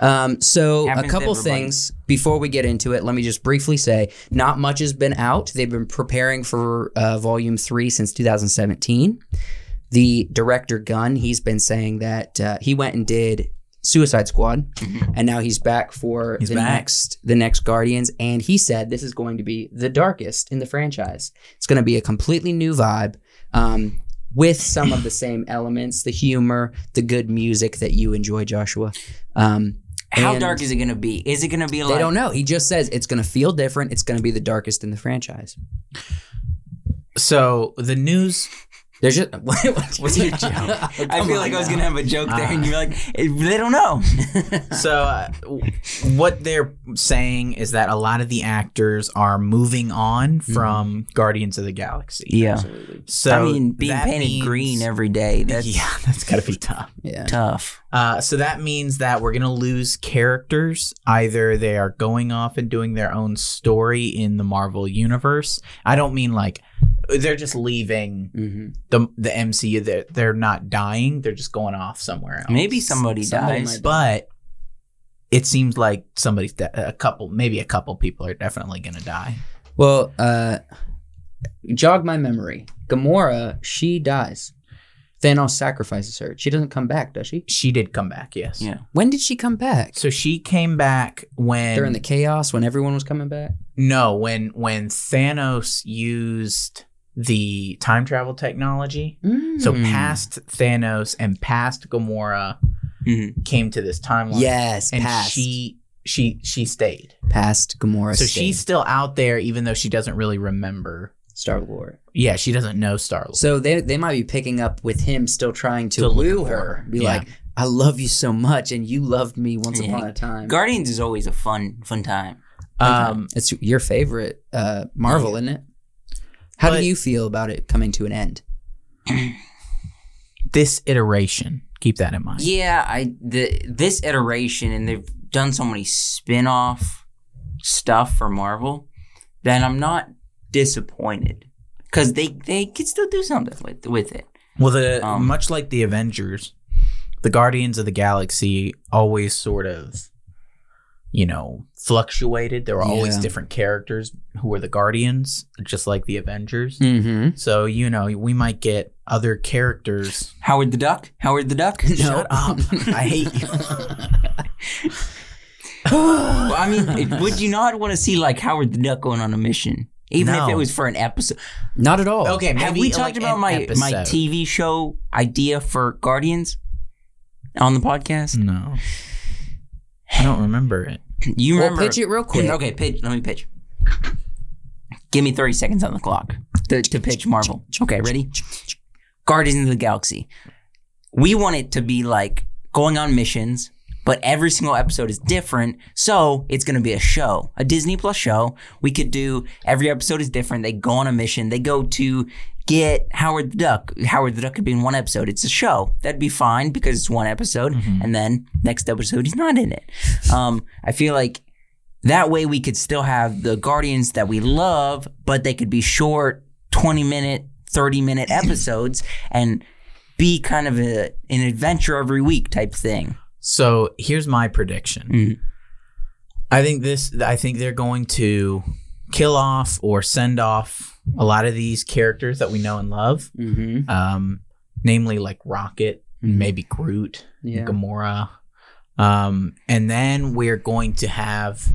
S1: Um, so
S3: Happens
S1: a
S3: to
S1: couple
S3: everybody.
S1: things before we get into it. Let me just briefly say, not much has been out. They've been preparing for uh, Volume Three since 2017. The director Gunn, he's been saying that uh, he went and did Suicide Squad,
S3: Mm-hmm.
S1: and now he's back for
S2: He's
S1: the
S2: back.
S1: next the next Guardians. And he said this is going to be the darkest in the franchise. It's going to be a completely new vibe. Um, with some of the same elements, the humor, the good music that you enjoy, Joshua. Um,
S3: How
S1: and
S3: dark is it gonna be? Is it gonna be
S1: They
S3: like?
S1: don't know. He just says it's going to feel different. It's going to be the darkest in the franchise.
S2: So the news
S1: There's just what, what-
S3: What's your joke? I
S1: Come
S3: feel
S1: on
S3: like I was
S1: now.
S3: gonna have a joke there,
S2: Ah.
S3: and you're like, "Eh, they don't know.
S2: so uh, w- what they're saying is that a lot of the actors are moving on from Guardians of the Galaxy.
S3: Mm-hmm. yeah,
S2: So
S3: I mean, being
S2: that
S3: painted
S2: means-
S3: green every day. That's
S2: yeah, that's gotta be tough.
S1: Yeah.
S3: tough.
S2: Uh, so that means that we're gonna lose characters. Either they are going off and doing their own story in the Marvel universe. I don't mean like they're just leaving
S1: hmm
S2: the the MCU. They're they're not dying. They're just going off somewhere else.
S3: Maybe somebody,
S1: Somebody
S3: dies.
S1: might-
S2: but it seems like somebody's de- a couple, maybe a couple people are definitely gonna die.
S1: Well, uh, jog my memory. Gamora, she dies. Thanos sacrifices her. She doesn't come back, does she?
S2: She did come back, yes.
S3: Yeah.
S1: When did she come back?
S2: So she came back when
S1: During the chaos when everyone was coming back.
S2: no when when Thanos used the time travel technology. So
S1: Mm.
S2: past Thanos and past Gamora
S3: Mhm.
S2: came to this timeline.
S1: Mm-hmm. Yes,
S2: and
S1: past
S2: she she she stayed.
S1: past Gamora.
S2: so
S1: stayed.
S2: she's still out there, even though she doesn't really remember.
S1: Star Lord.
S2: Yeah, she doesn't know Star Lord.
S1: So they they might be picking up with him still trying to,
S2: To look
S1: woo
S2: for
S1: her.
S2: her.
S1: Be
S2: Yeah.
S1: like, I love you so much, and you loved me once
S3: Yeah.
S1: upon a time.
S3: Guardians is always a fun, fun time.
S2: um,
S1: it's your favorite uh, Marvel, isn't it? How
S2: But-
S1: do you feel about it coming to an end?
S2: this iteration, keep that in mind.
S3: Yeah, I the this iteration, and they've done so many spin-off stuff for Marvel that I'm not disappointed because they they could still do something with with it.
S2: Well, the
S3: Um,
S2: much like the Avengers, the Guardians of the Galaxy always sort of, you know, fluctuated. There were always
S1: Yeah.
S2: different characters who were the Guardians, just like the Avengers.
S1: Mm-hmm.
S2: So you know, we might get other characters.
S3: Howard the Duck. Howard the Duck.
S2: Shut up! I hate you.
S3: Well, I mean, it- would you not want to see like Howard the Duck going on a mission, even
S2: No.
S3: if it was for an episode?
S1: Not at all.
S2: Okay, maybe uh,
S3: Have we talked
S2: like,
S3: about
S2: an
S3: my my
S2: episode.
S3: TV show idea for Guardians on the podcast?
S2: No, I don't remember it.
S3: You
S1: Well,
S3: remember?
S1: pitch it real quick.
S3: Okay, pitch. Let me pitch. Give me 30 seconds on the clock to, to pitch Marvel. Okay, ready? Guardians of the Galaxy. We want it to be like going on missions, but every single episode is different. So it's going to be a show, a Disney Plus show. We could do every episode is different. They go on a mission. They go to get Howard the Duck. Howard the Duck could be in one episode. It's a show. That'd be fine because it's one episode. And then next episode, he's not in it. Um, I feel like that way we could still have the Guardians that we love, but they could be short 20 minute, 30 minute episodes and be kind of a, an adventure every week type thing.
S2: So here's my prediction.
S1: Mm.
S3: Mhm.
S2: I think this. I think they're going to kill off or send off a lot of these characters that we know and love,
S1: Mm-hmm.
S2: um, namely like Rocket, maybe Groot,
S1: Mm. Yeah.
S2: Gamora, um, and then we're going to have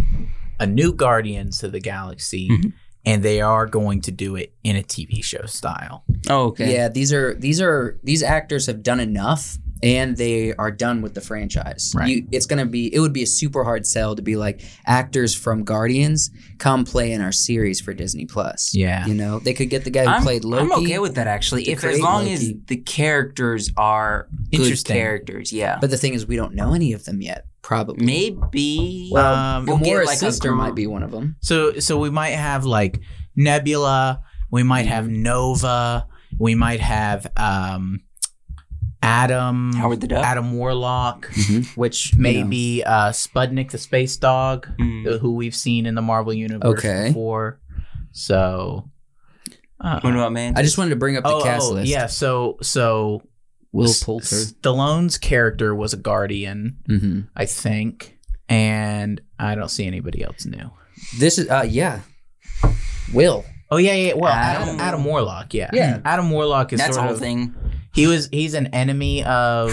S2: a new Guardians of the Galaxy,
S1: Mm-hmm.
S3: Mhm.
S2: and they are going to do it in a TV show style.
S3: Oh, okay.
S1: Yeah, these are these are these actors have done enough and they are done with the franchise.
S2: Right.
S1: You, it's gonna be it would be a super hard sell to be like actors from Guardians come play in our series for Disney Plus.
S2: Yeah.
S1: You know, they could get the guy who
S3: I'm,
S1: played Loki.
S3: I'm okay with that actually.
S1: to
S3: If as
S1: create
S3: long as
S1: Loki.
S3: the characters are good
S2: Interesting.
S3: characters, yeah.
S1: but the thing is we don't know any of them yet, probably.
S3: Maybe
S1: Well,
S2: Um,
S3: we'll get,
S1: Gamora's
S3: like, a
S1: sister
S3: gr-
S1: might be one of them.
S2: So so we might have like Nebula, we might have
S1: Mm.
S2: Nova, we might have um Adam
S3: um, Howard the Duck.
S2: Adam Warlock,
S1: Which
S2: maybe uh Spudnik the space dog,
S3: Mm.
S2: uh, who we've seen in the Marvel universe
S1: Okay.
S2: before. So uh,
S3: What about man?
S1: I just wanted to bring up the
S2: oh,
S1: cast
S2: oh,
S1: list.
S2: yeah, so so
S1: Will
S2: S-
S1: Poulter.
S2: Stallone's character was a guardian,
S1: hmm
S2: I think, and I don't see anybody else new.
S1: This is uh yeah. Will.
S2: Oh yeah, yeah. Well, Adam,
S3: Adam-
S2: Adam Warlock, yeah, Hmm.
S1: Yeah.
S2: Adam Warlock is
S3: That's the
S2: sort
S3: whole
S2: of
S3: thing.
S2: he was he's an enemy of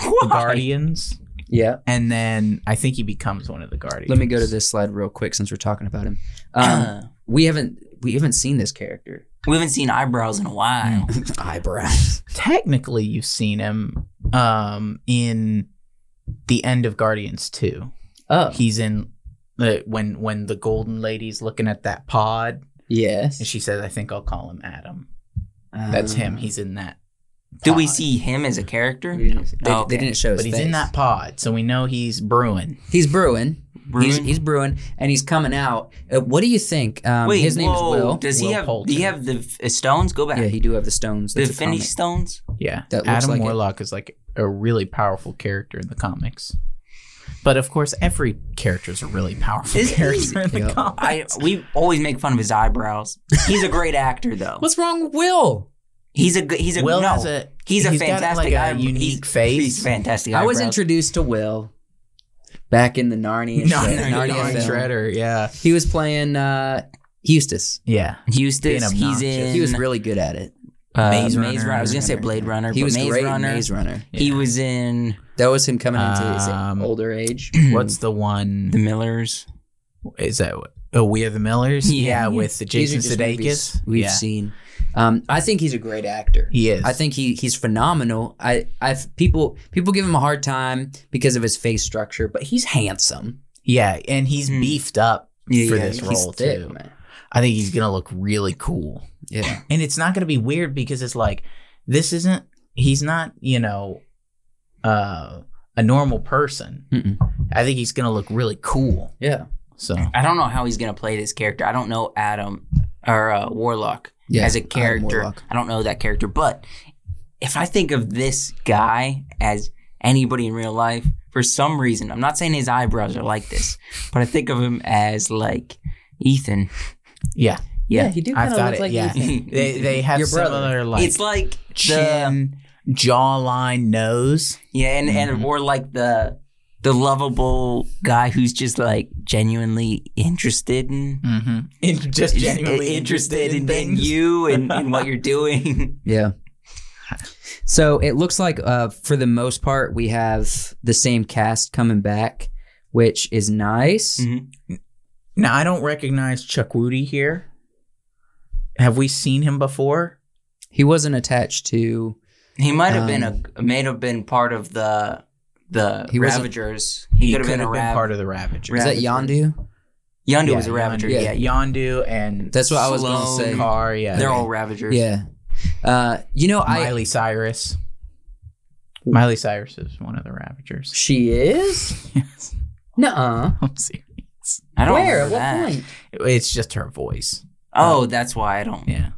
S2: the Guardians,
S1: Yeah.
S2: and then I think he becomes one of the Guardians.
S1: Let me go to this slide real quick since we're talking about him. Um, we haven't we haven't seen this character.
S3: we haven't seen eyebrows in a while.
S1: Hmm. Eyebrows.
S2: Technically, you've seen him um, in the end of Guardians Two.
S1: Oh
S2: He's in the when when the Golden Lady's looking at that pod,
S1: yes. Uh,
S2: and she says, "I think I'll call him Adam." That's
S1: Mm.
S2: him. He's in that.
S3: Do we
S2: pod.
S3: see him as a character?
S1: They,
S3: Oh,
S1: they
S3: okay.
S1: didn't show his
S2: But he's
S1: face.
S2: in that pod, so we know he's brewing.
S1: He's brewing. He's,
S3: Bruin?
S1: he's brewing and he's coming out. Uh, what do you think? Um,
S3: Wait,
S1: his name
S3: whoa,
S1: is Will.
S3: Does he
S2: Will
S3: have?
S2: Poulter.
S3: Do you have the f- uh, stones? Go back.
S1: Yeah, he do have the stones.
S3: the
S1: That's a
S3: Infinity
S1: comic.
S3: Stones.
S2: Yeah.
S1: That looks
S2: Adam
S1: like it.
S2: Warlock is like a really powerful character in the comics. But of course, every character is a really powerful
S3: Is he?
S2: character in the
S1: Yeah.
S2: comics.
S3: I we always make fun of his eyebrows. He's a great actor though.
S1: What's wrong with Will?
S3: He's a good. He's a
S2: Will
S3: no.
S2: has a
S3: he's a
S2: he's got,
S3: fantastic,
S2: like, a
S3: eyebrow-
S2: unique
S3: he's-
S2: face.
S3: He's fantastic.
S1: I was
S3: eyebrows.
S1: introduced to Will back in the Narnia.
S2: no,
S1: show-
S2: no, no,
S1: Narnia film.
S2: Shredder. Yeah,
S1: He was playing uh, Eustace.
S2: yeah.
S3: Houston.
S2: being
S3: He's
S2: obnoxious.
S3: in.
S1: He was really good at it.
S3: uh, Maze,
S2: Maze Runner.
S3: Runner. I was gonna say Blade Runner.
S1: He
S3: but
S1: was
S3: Maze
S1: great
S3: Runner.
S1: in Maze Runner.
S3: He was in
S1: That was him coming into his
S2: Um,
S1: older age.
S2: What's the one?
S3: The Millers.
S2: is that? Oh, We Are the Millers.
S3: Yeah.
S2: Yeah, with the
S1: These are
S2: Jason
S1: just movies
S2: Sudeikis.
S1: We've
S2: yeah.
S1: seen. Um, I think he's a great actor.
S2: He is.
S1: I think he he's phenomenal. I I people people give him a hard time because of his face structure, but he's handsome.
S2: Yeah, and he's
S3: Hmm.
S2: beefed up
S3: Yeah,
S2: for
S3: yeah,
S2: this
S1: he's
S2: role
S1: thick,
S2: too.
S1: man.
S2: I think he's gonna look really cool.
S1: Yeah.
S2: and it's not going to be weird because it's like this isn't he's not you know uh a normal person
S1: Mm-mm.
S2: i think he's going to look really cool
S1: Yeah.
S2: so
S3: I don't know how he's gonna play this character. I don't know Adam or uh, Warlock
S1: Yeah,
S3: as a
S1: Adam
S3: character.
S1: Warlock.
S3: I don't know that character, but if I think of this guy as anybody in real life, for some reason, I'm not saying his eyebrows are like this, but I think of him as like Ethan.
S2: yeah
S3: Yeah,
S1: he do
S2: i've
S1: kinda
S2: got
S1: look
S2: it
S1: like
S2: yeah
S1: Ethan.
S2: they, they have
S1: Your brother.
S2: similar like
S3: it's like the
S2: chin jawline nose
S3: yeah, and,
S1: Mm-hmm.
S3: and or like the the lovable guy who's just like genuinely interested in.
S2: mm-hmm. just genuinely
S3: interested in, in
S2: things.
S3: you and, and what you're doing.
S1: Yeah. So it looks like, uh, for the most part, we have the same cast coming back, which is nice.
S3: Mhm.
S2: now i don't recognize chuck woody here have we seen him before
S1: He wasn't attached to.
S3: He might have been
S1: Um,
S3: a may have been part of the the
S1: He wasn't-
S3: Ravagers. He, could have been a Rav-
S2: part of the ravager
S1: Is that Yondu?
S3: Yondu
S2: Yeah,
S3: was a Ravager.
S2: Yondu,
S3: Yeah,
S2: yeah, Yondu and
S1: That's what I was
S3: Sloan
S1: going to say.
S2: Car, yeah,
S3: they're all Ravagers.
S1: Yeah. Uh, you know, I
S2: Miley Cyrus. Miley Cyrus is one of the Ravagers.
S1: she is.
S2: Yes.
S1: Nuh-uh.
S2: I'm serious.
S3: I don't
S1: Where? At
S3: remember
S1: what
S3: that.
S1: point?
S2: It's just her voice.
S3: Oh, that's why I don't.
S2: Yeah,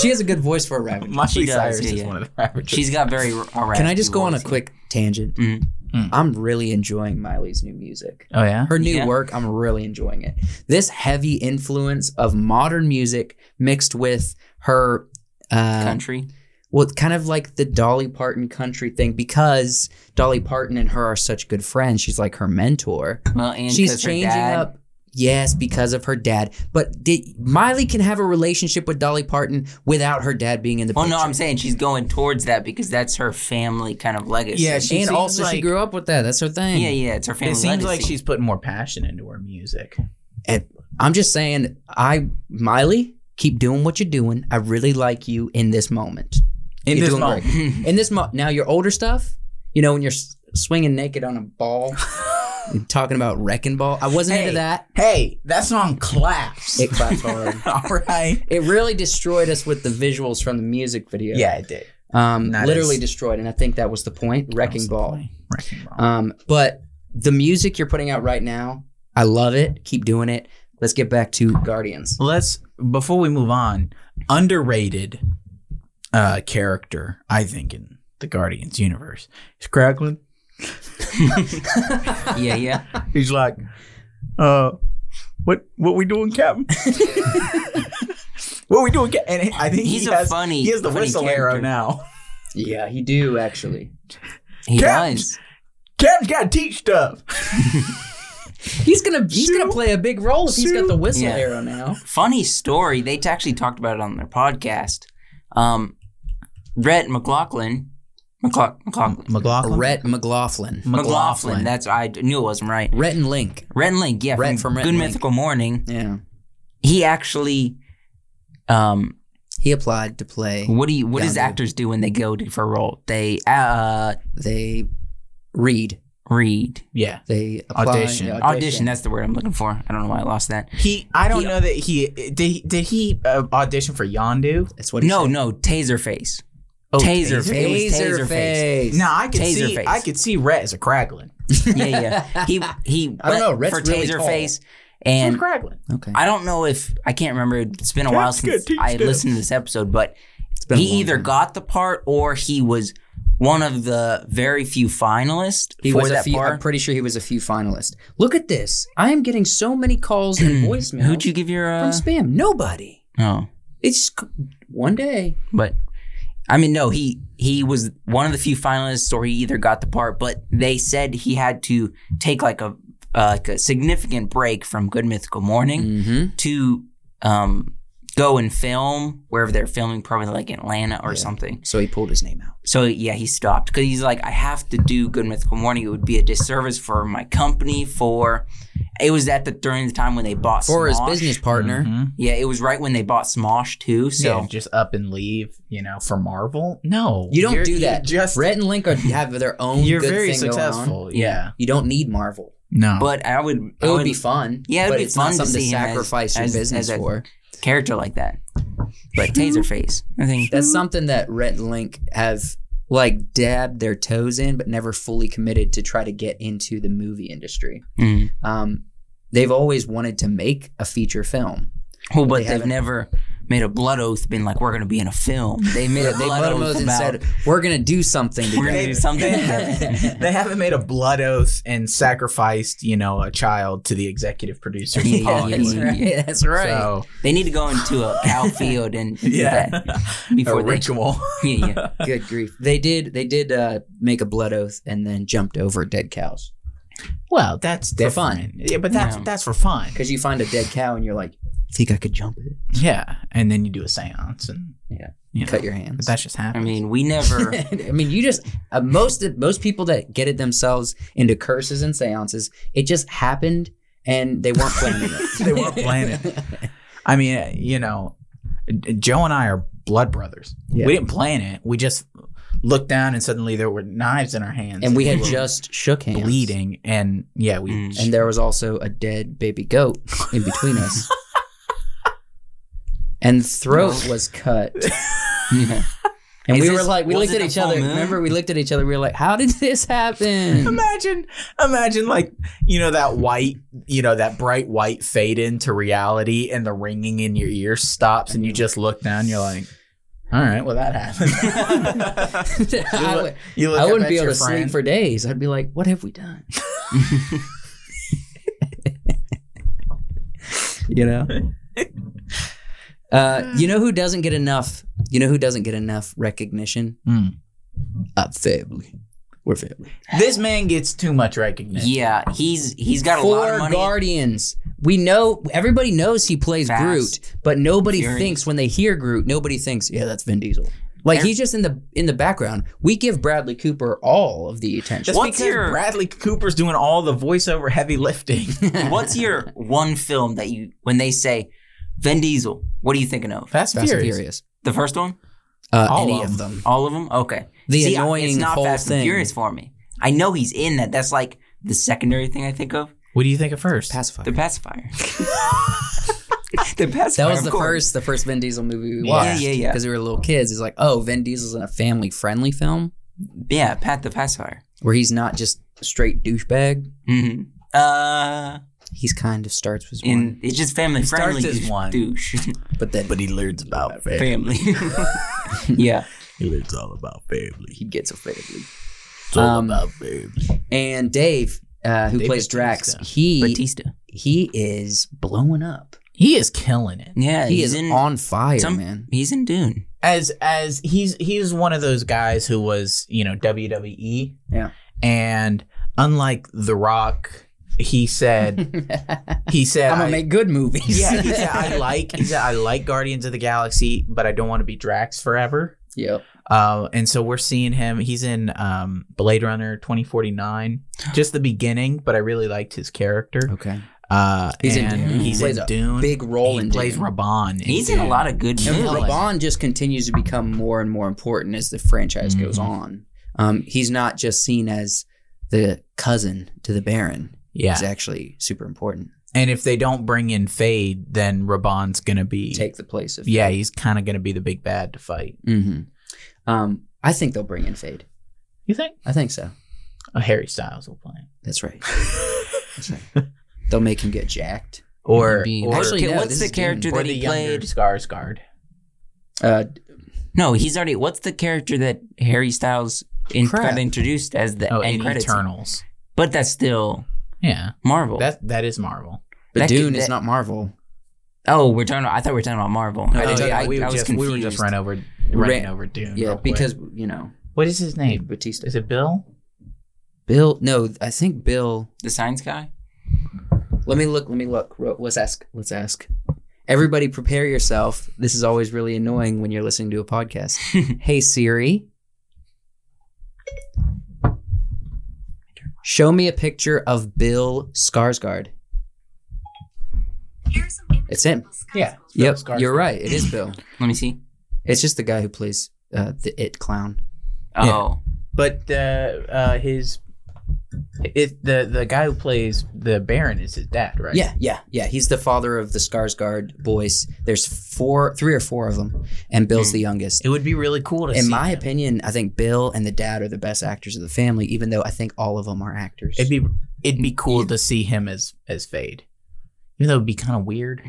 S1: She has a good voice for a rabbit.
S2: Miley
S3: She does,
S2: Cyrus
S3: yeah,
S2: is
S3: yeah.
S2: one of the Ravagers.
S3: She's got very. a
S1: Can I
S3: raspy
S1: just go on a
S3: voice.
S1: quick tangent?
S3: Mm.
S2: Mm.
S1: I'm really enjoying Miley's new music.
S2: oh yeah,
S1: Her new
S3: Yeah.
S1: work, I'm really enjoying it. This heavy influence of modern music mixed with her uh,
S3: country?
S1: well, it's kind of like the Dolly Parton country thing because Dolly Parton and her are such good friends. She's like her mentor.
S3: Well, and
S1: She's
S3: 'cause her
S1: changing
S3: dad-
S1: up. Yes, because of her dad. But did, Miley can have a relationship with Dolly Parton without her dad being in the
S3: Oh
S1: picture.
S3: no, I'm saying she's going towards that because that's her family kind of legacy.
S2: Yeah, she-
S1: and
S2: seems
S1: also she
S2: like-
S1: grew up with that. That's her thing.
S3: yeah, yeah. It's her family.
S2: it seems like
S3: legacy.
S2: she's putting more passion into her music.
S1: I'm just saying, I Miley, keep doing what you're doing. I really like you in this moment.
S2: In
S1: You're
S2: this
S1: doing
S2: moment.
S1: great. in this moment. Now your older stuff, you know, when you're s- swinging naked on a ball, and talking about wrecking ball. I wasn't
S2: Hey.
S1: into that.
S2: Hey, that song claps.
S1: It clapped hard.
S2: all right.
S1: It really destroyed us with the visuals from the music video.
S2: Yeah, it did.
S1: um,
S2: Not
S1: literally
S2: as-
S1: destroyed, and I think that was the point. Wrecking ball.
S2: Wrecking ball.
S1: Um, but the music you're putting out right now, I love it. Keep doing it. Let's get back to Guardians.
S2: let's before we move on underrated uh character i think in the guardians universe is cracklin
S3: yeah, yeah.
S2: he's like uh what what we doing captain what we doing Cap-" and he- i think
S3: He's
S2: he
S3: a
S2: has,
S3: funny.
S2: he has the
S3: funny
S2: whistle
S3: character.
S2: arrow now
S1: Yeah, he do actually.
S3: He
S2: Captain.
S3: does.
S2: captain's gotta teach stuff
S1: He's gonna he's gonna
S2: Shoot.
S1: play a big role if he's got the whistle
S3: Yeah.
S1: arrow now.
S3: funny story. They t- actually talked about it on their podcast. Um, Brett McLaughlin, McLaugh- McLaughlin,
S2: mclaughlin
S1: Rhett McLaughlin.
S3: McLaughlin. That's I d- knew it wasn't right.
S1: Rhett and Link.
S3: Rhett and Link, yeah,
S1: Rhett
S3: from,
S1: from Rhett
S3: Good
S1: and Link.
S3: Mythical Morning.
S1: Yeah,
S3: He actually, um,
S1: he applied to play.
S3: what do you, what does
S1: Yeah, dude.
S3: actors do when they go to, for a role? They uh
S1: They read.
S3: read,
S2: Yeah.
S1: They apply,
S2: Audition.
S1: yeah,
S3: audition. That's the word I'm looking for. I don't know why I lost that.
S2: He, I don't
S3: He-
S2: know that he did. He, did he uh, audition for Yondu?
S1: That's what he
S3: No,
S1: said.
S3: no, Taserface.
S2: Oh,
S3: Taser
S2: Taser-
S3: It was Taser Face.
S2: No, I could see.
S3: Taserface.
S2: I could see Rhett as a Kraglin.
S3: yeah, yeah. He he.
S1: I don't know,
S3: went
S1: Rhett's
S3: for
S1: really
S3: Taserface,
S2: He's a
S3: and
S2: Kraglin.
S1: Okay.
S3: I don't know if I can't remember. It's been a while
S2: That's good,
S3: since I
S2: teach
S3: listened to this episode, but
S1: been a
S3: he
S1: long
S3: either
S1: time.
S3: got the part or he was one of the very few finalists
S1: He
S3: for
S1: was a
S3: that
S1: few, I'm
S3: part.
S1: pretty sure he was a few finalists. Look at this. I am getting so many calls and voicemails
S3: Who'd you give your?
S1: from
S3: Uh,
S1: spam. Nobody.
S3: oh,
S1: It's c- one day.
S3: but I mean, no. He he was one of the few finalists, or he either got the part, but they said he had to take like a uh, like a significant break from Good Mythical Morning.
S1: Mm-hmm.
S3: to um, go and film wherever they're filming, probably like Atlanta or something.
S1: So he pulled his name out.
S3: So yeah, he stopped because he's like, I have to do Good Mythical Morning. It would be a disservice for my company. For it was at the during the time when they bought
S1: For his
S3: Smosh. Mm-hmm.
S1: business partner.
S2: Mhm.
S3: Yeah, it was right when they bought Smosh too. So
S2: yeah, just up and leave, you know, for Marvel. No,
S1: You don't
S2: You're-
S1: do
S2: you're
S1: that.
S2: Just
S1: Rhett and Link are, have their own
S2: you're
S1: good
S2: very
S1: thing going on.
S2: successful. Yeah.
S1: You don't need Marvel.
S2: No.
S3: but I would,
S1: It
S3: I
S1: would
S3: would
S1: be fun.
S3: yeah, it'd
S1: but
S3: be
S1: it's
S3: fun
S1: not
S3: to
S1: something to,
S3: see him as-
S1: sacrifice your
S3: as-
S1: business
S3: as a-
S1: for.
S3: character like that. But Taserface, I think.
S1: Hmm. That's something that Rhett and Link have like dabbed their toes in, but never fully committed to try to get into the movie industry.
S3: Mm.
S1: Um, they've always wanted to make a feature film.
S3: Well,
S1: They
S3: but they have
S1: haven't-
S3: never made a blood oath. Been like, we're going to be in a film. They made a
S1: They
S3: blood
S1: photos
S3: oath
S1: and
S3: about
S1: said, "We're gonna do something
S3: we're
S1: together."
S3: going to do something. together."
S2: they haven't made a blood oath and sacrificed, you know, a child to the executive producer.
S1: yeah,
S3: Yeah, yeah,
S1: that's
S3: yeah.
S1: right. That's right.
S2: So,
S3: They need to go into a cow field and do
S2: yeah,
S3: that before
S2: a
S3: they.
S2: ritual.
S3: Yeah, yeah.
S1: Good grief! They did. They did uh, make a blood oath and then jumped over dead cows
S2: Well, that's
S1: They're
S2: different. Yeah, but that's
S3: No.
S2: that's for fun.
S1: because you find a dead cow and you're like, "Think I could jump it?
S2: Yeah, and then you do a séance and
S1: Yeah.
S2: you know,
S1: Cut your hands."
S2: but that's just
S3: I
S2: happening.
S3: mean, we never.
S1: I mean, you just uh, most most people that get it themselves into curses and seances, it just happened and they weren't planning it.
S2: They weren't planning
S1: it.
S2: I mean, you know, Joe and I are blood brothers.
S1: Yeah.
S2: We didn't plan it. We just looked down and suddenly there were knives in our hands,
S1: and we had
S2: were
S1: just shook hands,
S2: bleeding. And yeah, we
S3: Mm.
S1: and there was also a dead baby goat in between us, and throat was cut.
S3: yeah.
S1: And
S3: Is
S1: we were
S3: this-
S1: like, we
S3: was
S1: looked at
S3: it a
S1: each
S3: full
S1: other.
S3: moon?
S1: Remember, we looked at each other. We were like, how did this happen?
S2: Imagine, imagine like you know that white, you know that bright white fade into reality, and the ringing in your ear stops, and you just look down. You're like, all right, well that happened.
S1: I, would,
S2: you
S1: I
S2: up
S1: wouldn't
S2: at
S1: be able
S2: your
S1: to
S2: friend.
S1: sleep for days. I'd be like, what have we done? you know? Uh,
S3: Hmm.
S1: you know who doesn't get enough? You know who doesn't get enough recognition?
S2: Mm.
S1: Uh, family. We're family.
S2: This man gets too much recognition.
S3: yeah, he's he's got a
S1: Four
S3: lot of money.
S1: guardians. We know everybody knows he plays
S3: Fast.
S1: Groot, but nobody
S3: Furious.
S1: thinks when they hear Groot, nobody thinks, yeah, that's Vin Diesel. Like
S3: Ev-
S1: he's just in the in the background. We give Bradley Cooper all of the attention.
S2: That's
S3: What's
S2: because
S3: your-
S2: Bradley Cooper's doing all the voiceover heavy lifting.
S3: What's your one film that you when they say Vin Diesel? What are you thinking of?
S2: Fast,
S1: Fast and
S2: Furious.
S1: Furious.
S3: The first one?
S1: Uh,
S2: All
S1: any
S2: of
S1: of them.
S3: All of them? Okay.
S1: The
S3: See, I-
S1: annoying
S3: it's not
S1: whole
S3: Fast
S1: thing.
S3: and Furious for me. I know he's in that. That's like the secondary thing I think of.
S2: What do you think of first?
S1: Pacifier.
S3: The pacifier. the pacifier.
S1: that was
S3: of
S1: the
S3: course.
S1: first the first Vin Diesel movie we
S2: Yeah,
S1: watched.
S3: yeah, yeah.
S1: Because we were little kids. It's like, oh, Vin Diesel's in a family friendly film
S3: Yeah, Pat the pacifier.
S1: where he's not just straight douchebag.
S3: hmm Uh,
S1: He's kind of starts with
S3: and
S1: one,
S3: it's just family
S2: starts
S3: friendly.
S2: as
S3: douche-
S2: one.
S3: douche.
S1: but then
S2: he learns about family.
S3: family. yeah.
S2: He learns all about family.
S1: he gets offended.
S2: It's
S1: all Um, about
S2: family.
S1: And Dave, uh, who
S2: Dave
S1: plays Drax,
S2: Bautista.
S1: he
S3: Batista.
S1: he is blowing up.
S2: He is killing it.
S3: Yeah,
S1: He
S3: he's
S1: is
S3: in
S1: on fire,
S3: some-
S1: man.
S3: he's in Dune.
S2: As as he's he's one of those guys who was you know WWE.
S1: Yeah.
S2: And unlike The Rock, he said
S1: I'm
S2: he said
S1: gonna
S2: I-
S1: make good movies.
S2: yeah, he said, I like he said I like Guardians of the Galaxy, but I don't want to be Drax forever.
S1: Yep.
S2: Uh, and so we're seeing him. He's in um, Blade Runner 2049, just the beginning, but I really liked his character.
S1: Okay.
S2: Uh,
S1: He's in
S2: and
S1: Dune.
S2: He's
S1: He plays
S2: in
S1: a
S2: Dune.
S1: Big role
S2: he
S1: in
S2: plays
S1: Dune.
S2: Raban.
S3: He's in a lot of good
S1: And
S3: movies.
S1: Raban just continues to
S3: Mm-hmm.
S1: become more and more important as the franchise goes
S2: Mhm.
S1: on. Um, he's not just seen as the cousin to the Baron
S2: Yeah.
S1: is actually super important.
S2: And if they don't bring in Fade, then Raban's gonna be
S1: Take the place of
S2: Yeah, he's kinda gonna be the big bad to fight.
S1: hmm Um, I think they'll bring in Fade.
S2: You think?
S1: I think so.
S2: Oh, Harry Styles will play.
S1: That's right. That's right. They'll make him get jacked.
S2: Or,
S1: Maybe-
S2: or
S1: Actually, no,
S3: what's
S1: this
S3: the
S1: is Demon.
S3: character
S2: or
S3: that
S2: the
S3: he
S2: younger
S3: played?
S2: Skarsgård.
S1: Uh,
S3: No, he's already. What's the character that Harry Styles in,
S1: Crap.
S3: got introduced as the
S2: Oh,
S3: end
S2: and
S3: credits?
S2: Eternals.
S3: But that's still
S2: Yeah.
S3: Marvel.
S2: That that is Marvel.
S1: but
S3: That could-
S1: Dune is
S3: that-
S1: not Marvel.
S3: oh, we're talking. About, I thought we were talking about Marvel. I,
S1: no, no,
S3: did- I-
S2: we, were
S3: I was
S2: just, we
S3: confused.
S2: were just running over running
S1: Ran-
S2: over Dune.
S1: Yeah,
S2: real quick.
S1: because you know
S2: what is his name?
S1: Batista.
S2: Is it Bill?
S1: Bill? No, I think Bill.
S3: the science guy.
S1: Let me look. Let me look. Ro- Let's ask. Let's ask. Everybody, prepare yourself. This is always really annoying when you're listening to a podcast. hey Siri, show me a picture of Bill Skarsgård. It's him.
S2: Yeah.
S1: Yep,
S2: Bill Skarsgård.
S1: you're right. It is Bill.
S3: Let me see.
S1: It's just the guy who plays uh, the it clown.
S3: Oh,
S2: But the uh, his it the the guy who plays the Baron is his dad, right?
S1: Yeah, yeah, yeah. He's the father of the Skarsgård boys. There's four, three or four of them, and
S2: Hmm.
S1: Bill's the youngest.
S2: It would be really cool to see.
S1: In my
S2: him.
S1: opinion, I think Bill and the dad are the best actors of the family, even though I think all of them are actors.
S2: it'd be it'd be cool to see him as as Fade. Even though it'd be kind of weird.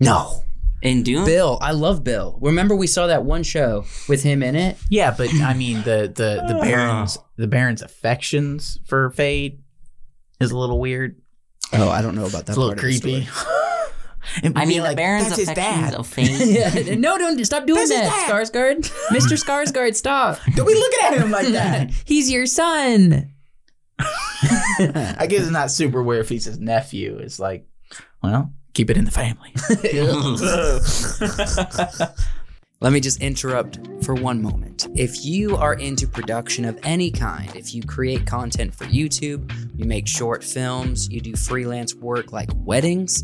S1: no,
S3: in Dune.
S1: Bill. I love Bill. Remember we saw that one show with him in it?
S2: Yeah, but I mean the the the Baron's the Baron's affections for Fade is a little weird.
S1: Oh, I don't know about that.
S2: It's a little
S1: part of the
S2: creepy.
S1: story.
S2: It'd
S3: I
S2: be
S3: mean, the Baron's
S2: "That's his
S3: affections
S2: dad."
S3: of fame.
S1: yeah, no, don't stop doing that, Skarsgård. Mr. Skarsgård, stop.
S2: Don't be looking at him like that.
S1: He's your son.
S2: I guess it's not super weird if he's his nephew. It's like, well, keep it in the family.
S1: Let me just interrupt for one moment. If you are into production of any kind, if you create content for YouTube, you make short films, you do freelance work like weddings,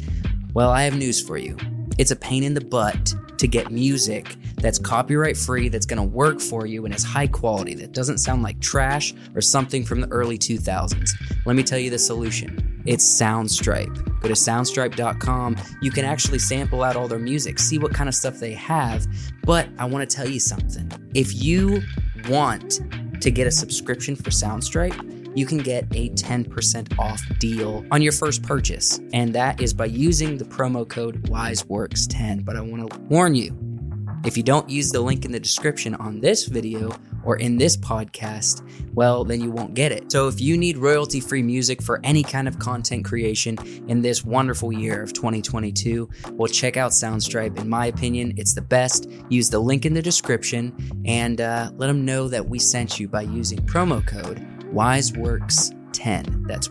S1: well, I have news for you. It's a pain in the butt to get music that's copyright free, that's gonna work for you, and is high quality, that doesn't sound like trash or something from the early 2000s. Let me tell you the solution it's Soundstripe. Go to soundstripe.com. You can actually sample out all their music, see what kind of stuff they have. But I wanna tell you something. If you want to get a subscription for Soundstripe, you can get a 10% off deal on your first purchase. And that is by using the promo code WiseWorks10. But I want to warn you if you don't use the link in the description on this video or in this podcast, well, then you won't get it. So if you need royalty free music for any kind of content creation in this wonderful year of 2022, well, check out Soundstripe. In my opinion, it's the best. Use the link in the description and uh, let them know that we sent you by using promo code WiseWorks10. That's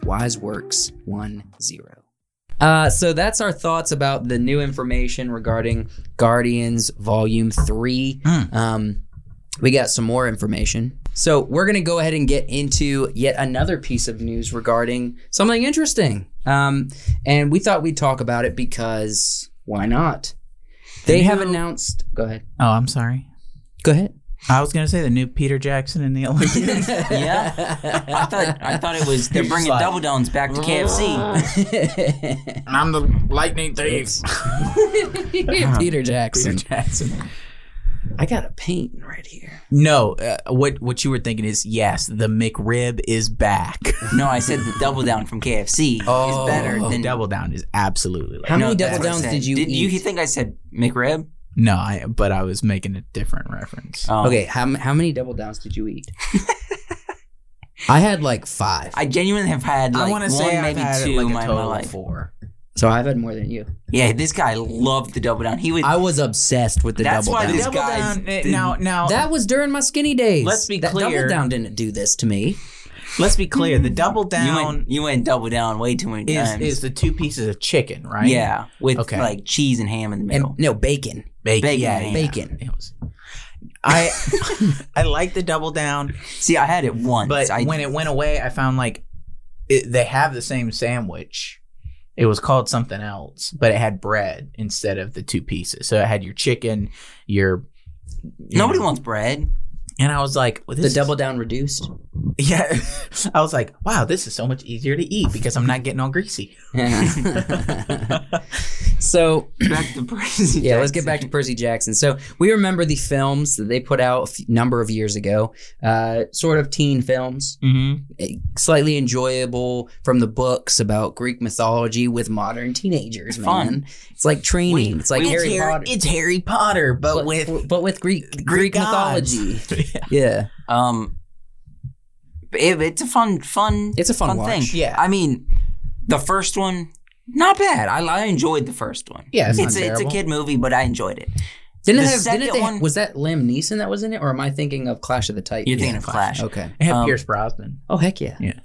S1: WiseWorks10. Uh, so that's our thoughts about the new information regarding Guardians Volume 3.
S2: Hmm.
S1: Um, we got some more information. So we're going to go ahead and get into yet another piece of news regarding something interesting. Um, and we thought we'd talk about it because why not? They have announced. Go ahead.
S2: oh, I'm sorry.
S1: Go ahead.
S2: I was gonna say the new Peter Jackson in the Olympics.
S3: I thought I thought it was they're bringing
S2: like-
S3: Double Dones back to KFC.
S2: and I'm the lightning thief.
S1: Peter
S2: Peter
S1: Jackson.
S2: Jackson.
S1: I got a painting right here.
S2: No, uh, what what you were thinking is yes, the McRib is back.
S3: no, I said the Double Down from KFC
S1: Oh,
S3: is better than
S2: Double down is absolutely like
S1: How many
S3: No,
S1: double
S3: that's what I
S1: downs
S3: said.
S1: did you
S3: Did you
S1: eat?
S3: think I said McRib?
S2: no, I but I was making a different reference.
S3: Oh.
S1: Okay, how, m- how many double downs did you eat? I had like five.
S3: I genuinely have had like
S2: wanna
S3: one, maybe two in my, my life.
S2: four.
S1: so I've had more than you.
S3: Yeah, this guy loved the double down. He would.
S1: I was obsessed with the
S3: That's
S1: double
S3: why
S1: down.
S3: this
S2: Double
S3: guys
S2: down. eh,
S3: didn't-
S2: Now now
S1: that was during my skinny days.
S2: Let's be
S1: that Double
S2: clear.
S1: down didn't do this to me.
S2: let's be clear. The double
S3: Hmm. you
S2: down
S3: went. You went double down way too many
S2: is
S3: times.
S2: is the two pieces of chicken, right?
S3: Yeah, with
S2: Okay.
S3: like cheese and ham in the
S1: And
S3: middle.
S1: no bacon.
S2: bacon.
S3: Bacon,
S2: yeah, yeah.
S1: Bacon.
S2: It was. I I like the double down,
S3: See, I had it once.
S2: but
S3: I,
S2: when it went away, I found like it, they have the same sandwich. It was called something else, but it had bread instead of the two pieces. So it had your chicken, your you
S3: nobody
S2: know,
S3: wants bread.
S2: And I was like, well,
S1: The
S2: this
S1: double
S2: is-
S1: down reduced.
S2: yeah. I was like, wow, this is so much easier to eat because I'm not getting all greasy.
S1: so
S3: Back to Percy
S1: yeah, let's get back to Percy Jackson. So we remember the films that they put out a f- number of years ago, uh, sort of teen films,
S2: Mm-hmm.
S1: slightly enjoyable from the books about Greek mythology with modern teenagers.
S3: Fun.
S1: Man, it's like training. it's like Harry Potter,
S2: It's Harry Potter, but,
S1: but
S2: with
S1: but with Greek Greek,
S2: gods.
S1: mythology. Yeah,
S3: Um, it, it's a fun, fun.
S1: It's a fun watch.
S3: thing.
S2: Yeah.
S3: I mean, the first one, not bad. I, I enjoyed the first one.
S2: Yeah, it's not
S3: it's a, it's a
S2: terrible.
S3: kid movie, but I enjoyed it.
S1: didn't
S3: The
S1: it have? Didn't
S3: second
S1: it they,
S3: one-
S1: was that Liam Neeson that was in it, or am I thinking of Clash of the Titans?
S3: You're thinking of Clash.
S1: Okay.
S2: It had
S3: Um,
S2: Pierce Brosnan
S1: Oh heck yeah.
S2: and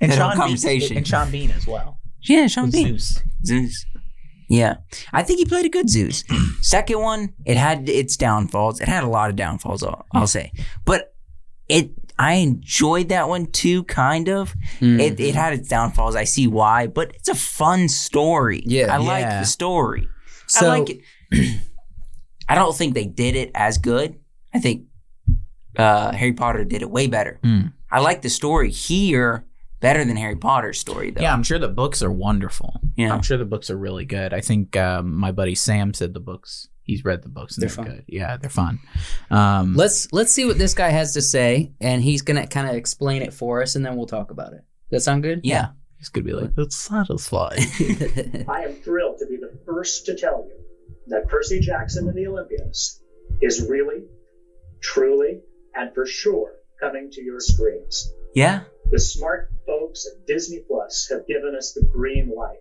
S3: That whole
S2: Sean
S3: conversation.
S2: Bean, and Sean Bean as well.
S3: Yeah, Sean
S2: With
S3: Bean.
S2: Zeus.
S3: Zeus. Yeah, I think he played a good Zeus. Second one, it had its downfalls. It had a lot of downfalls. I'll, I'll say, but it I enjoyed that one too, kind of.
S1: Hmm.
S3: It it had its downfalls. I see why, but it's a fun story.
S1: Yeah.
S3: I like
S2: Yeah.
S3: the story.
S1: So-
S3: I like it. I don't think they did it as good. I think uh, Harry Potter did it way better.
S1: Hmm.
S2: Mm.
S3: I like the story here better than Harry Potter's story though.
S2: Yeah, I'm sure the books are wonderful.
S3: Yeah.
S2: I'm sure the books are really good. I think um, my buddy Sam said the books. He's read the books and
S1: They're
S2: they're,
S1: fun.
S2: good. Yeah, they're fun. Um,
S1: Let's let's see what this guy has to say, and he's gonna kind of explain it for us, and then we'll talk about it. Does that sound good?
S3: yeah.
S2: he's gonna be like, that's satisfying.
S6: I am thrilled to be the first to tell you that Percy Jackson and the Olympians is really, truly, and for sure coming to your screens.
S3: Yeah.
S6: The smart folks at Disney Plus have given us the green light.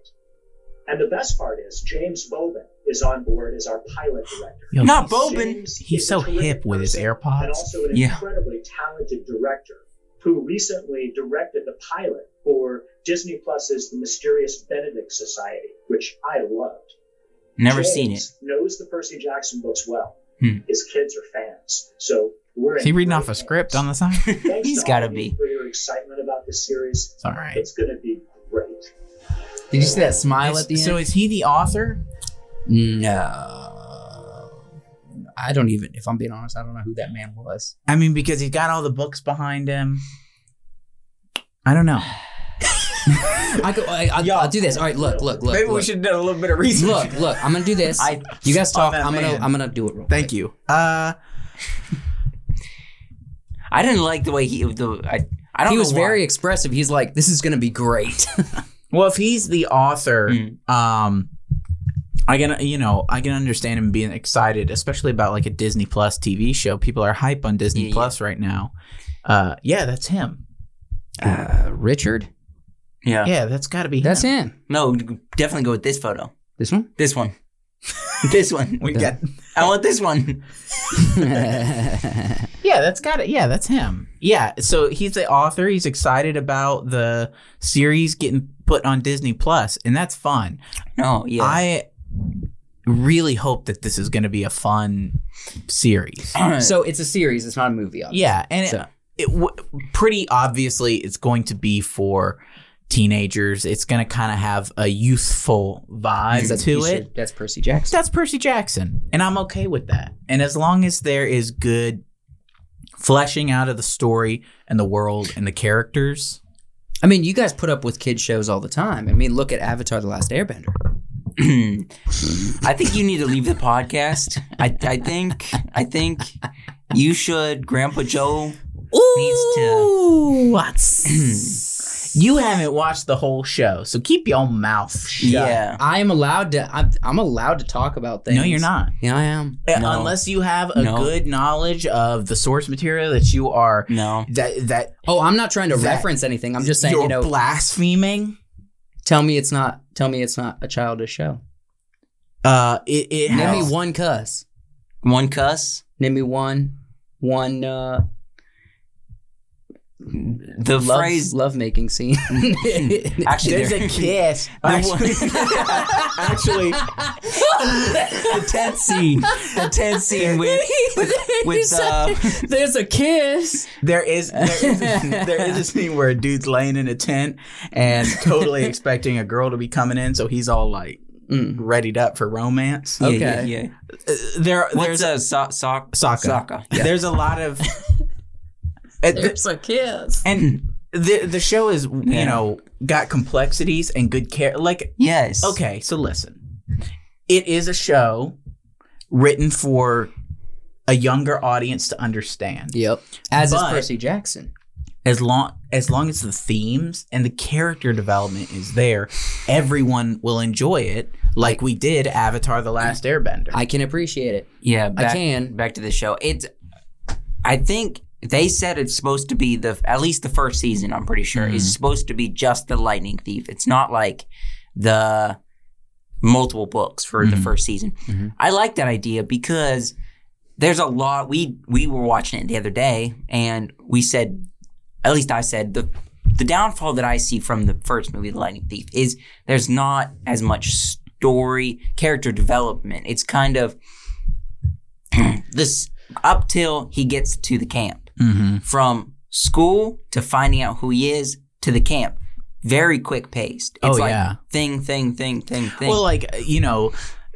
S6: And the best part is, James Bobin is on board as our pilot director.
S2: Yo,
S3: Not
S2: he's-
S3: Bobin.
S6: James
S2: He's
S6: is
S2: so
S6: a terrific
S2: hip with his
S6: person
S2: AirPods.
S6: And also an
S3: Yeah.
S6: incredibly talented director who recently directed the pilot for Disney Plus's The Mysterious Benedict Society, which I loved.
S3: Never seen it.
S6: James Knows the Percy Jackson books well.
S3: Hmm.
S6: His kids are fans, so we're.
S2: Is he reading off a script on the side?
S6: The-
S3: He's gotta be.
S6: For your excitement about this series,
S2: It's all right.
S6: it's going to be great.
S1: Did you see that smile at the
S2: so
S1: end?
S2: is he the author?
S1: no. I don't even. If I'm being honest, I don't know who that man was.
S2: I mean, because he's got all the books behind him. I don't know.
S1: I go. I, I, I'll do this. All right. Look. Look. Look. look.
S2: should do a little bit of research.
S1: Look. Look. I'm gonna do this.
S2: I-
S1: you guys
S2: on
S1: talk.
S2: that
S1: I'm gonna.
S2: man.
S1: I'm gonna do it. Real
S2: Thank you. Uh,
S3: I didn't like the way he. The, I, I don't.
S1: He
S3: know
S1: was
S3: why.
S1: very expressive. He's like, "This is gonna be great."
S2: well, if he's the author,
S3: Mm.
S2: um, I can you know I can understand him being excited, especially about like a Disney Plus TV show. People are hype on Disney
S3: Yeah, yeah.
S2: Plus right now. Uh, yeah, that's him.
S1: uh, Richard.
S3: Yeah.
S2: Yeah, that's got to be.
S1: That's
S2: him.
S1: him.
S3: No, definitely go with this photo.
S1: This one.
S3: This one. this one.
S2: We got.
S3: I want this one.
S2: Yeah, that's got it. Yeah, that's him. Yeah, so he's the author. He's excited about the series getting put on Disney Plus, and that's fun.
S3: No. Yeah.
S2: I really hope that this is going to be a fun series.
S1: so it's a series. It's not a movie. Obviously.
S2: yeah, and
S1: So-
S2: it, it w- pretty obviously it's going to be for teenagers. It's going to kind of have a youthful vibe
S1: That's-
S2: to
S1: he
S2: it.
S1: should- That's Percy Jackson.
S2: That's Percy Jackson, and I'm okay with that. And as long as there is good fleshing out of the story and the world and the characters,
S1: I mean, you guys put up with kid shows all the time. I mean, look at Avatar: The Last Airbender.
S3: I think you need to leave the podcast. I, I think. I think you should. Grandpa Joe. Needs to-
S2: Ooh, what's you haven't watched the whole show, so keep your mouth shut.
S3: Yeah.
S1: I am allowed to. I'm, I'm allowed to talk about things.
S2: No, you're not.
S1: Yeah, I am.
S2: Uh,
S3: No.
S2: Unless you have a
S3: No.
S2: good knowledge of the source material that you are
S3: No.
S2: that that
S1: Oh, I'm not trying to
S2: That-
S1: reference anything. I'm just saying,
S2: you're
S1: you know,
S2: blaspheming.
S1: tell me it's not. Tell me it's not a childish show.
S2: Uh, it, it
S1: Name me
S2: has,
S1: one cuss.
S3: One cuss.
S1: Name me one. One uh,
S3: The
S1: love
S3: phrase.
S1: love making scene.
S3: Actually,
S2: there's
S3: there-
S2: a kiss. Actually, actually,
S3: the Ted scene. The Ted scene with with, with uh,
S1: There's a kiss.
S2: There is there is, a, there is a scene where a dude's laying in a tent and totally expecting a girl to be coming in, so he's all like,
S1: Mm.
S2: readied up for romance.
S3: Yeah,
S1: Okay.
S3: yeah, yeah.
S2: Uh, there,
S3: What's
S2: there's
S3: a so- sock?
S2: Sokka.
S3: Sokka. Yeah.
S2: there's a lot of. Uh, th-
S5: There's a kiss.
S2: and the the show is
S3: Yeah.
S2: you know got complexities and good care. Like
S3: Yes.
S2: okay, so listen, it is a show written for a younger audience to understand.
S1: Yep. As
S2: But-
S1: is Percy Jackson.
S2: as long as long as the themes and the character development is there, everyone will enjoy it like we did Avatar the Last Airbender.
S1: I can appreciate it.
S3: Yeah. Back,
S1: I can.
S3: Back to the show. It's. I think they said it's supposed to be the at least the first season. I'm pretty sure
S2: Mm-hmm.
S3: is supposed to be just the Lightning Thief. It's not like the multiple books for the
S2: Mhm.
S3: first season.
S1: Mhm.
S3: I like that idea because there's a lot. We we were watching it the other day, and we said, at least I said the. The downfall that I see from the first movie, The Lightning Thief, is there's not as much story, character development. It's kind of this up till he gets to the camp
S2: mm-hmm.
S3: from school to finding out who he is to the camp very quick paced it's
S2: Oh,
S3: like
S2: yeah.
S3: thing thing thing thing thing
S2: Well, like uh, you know,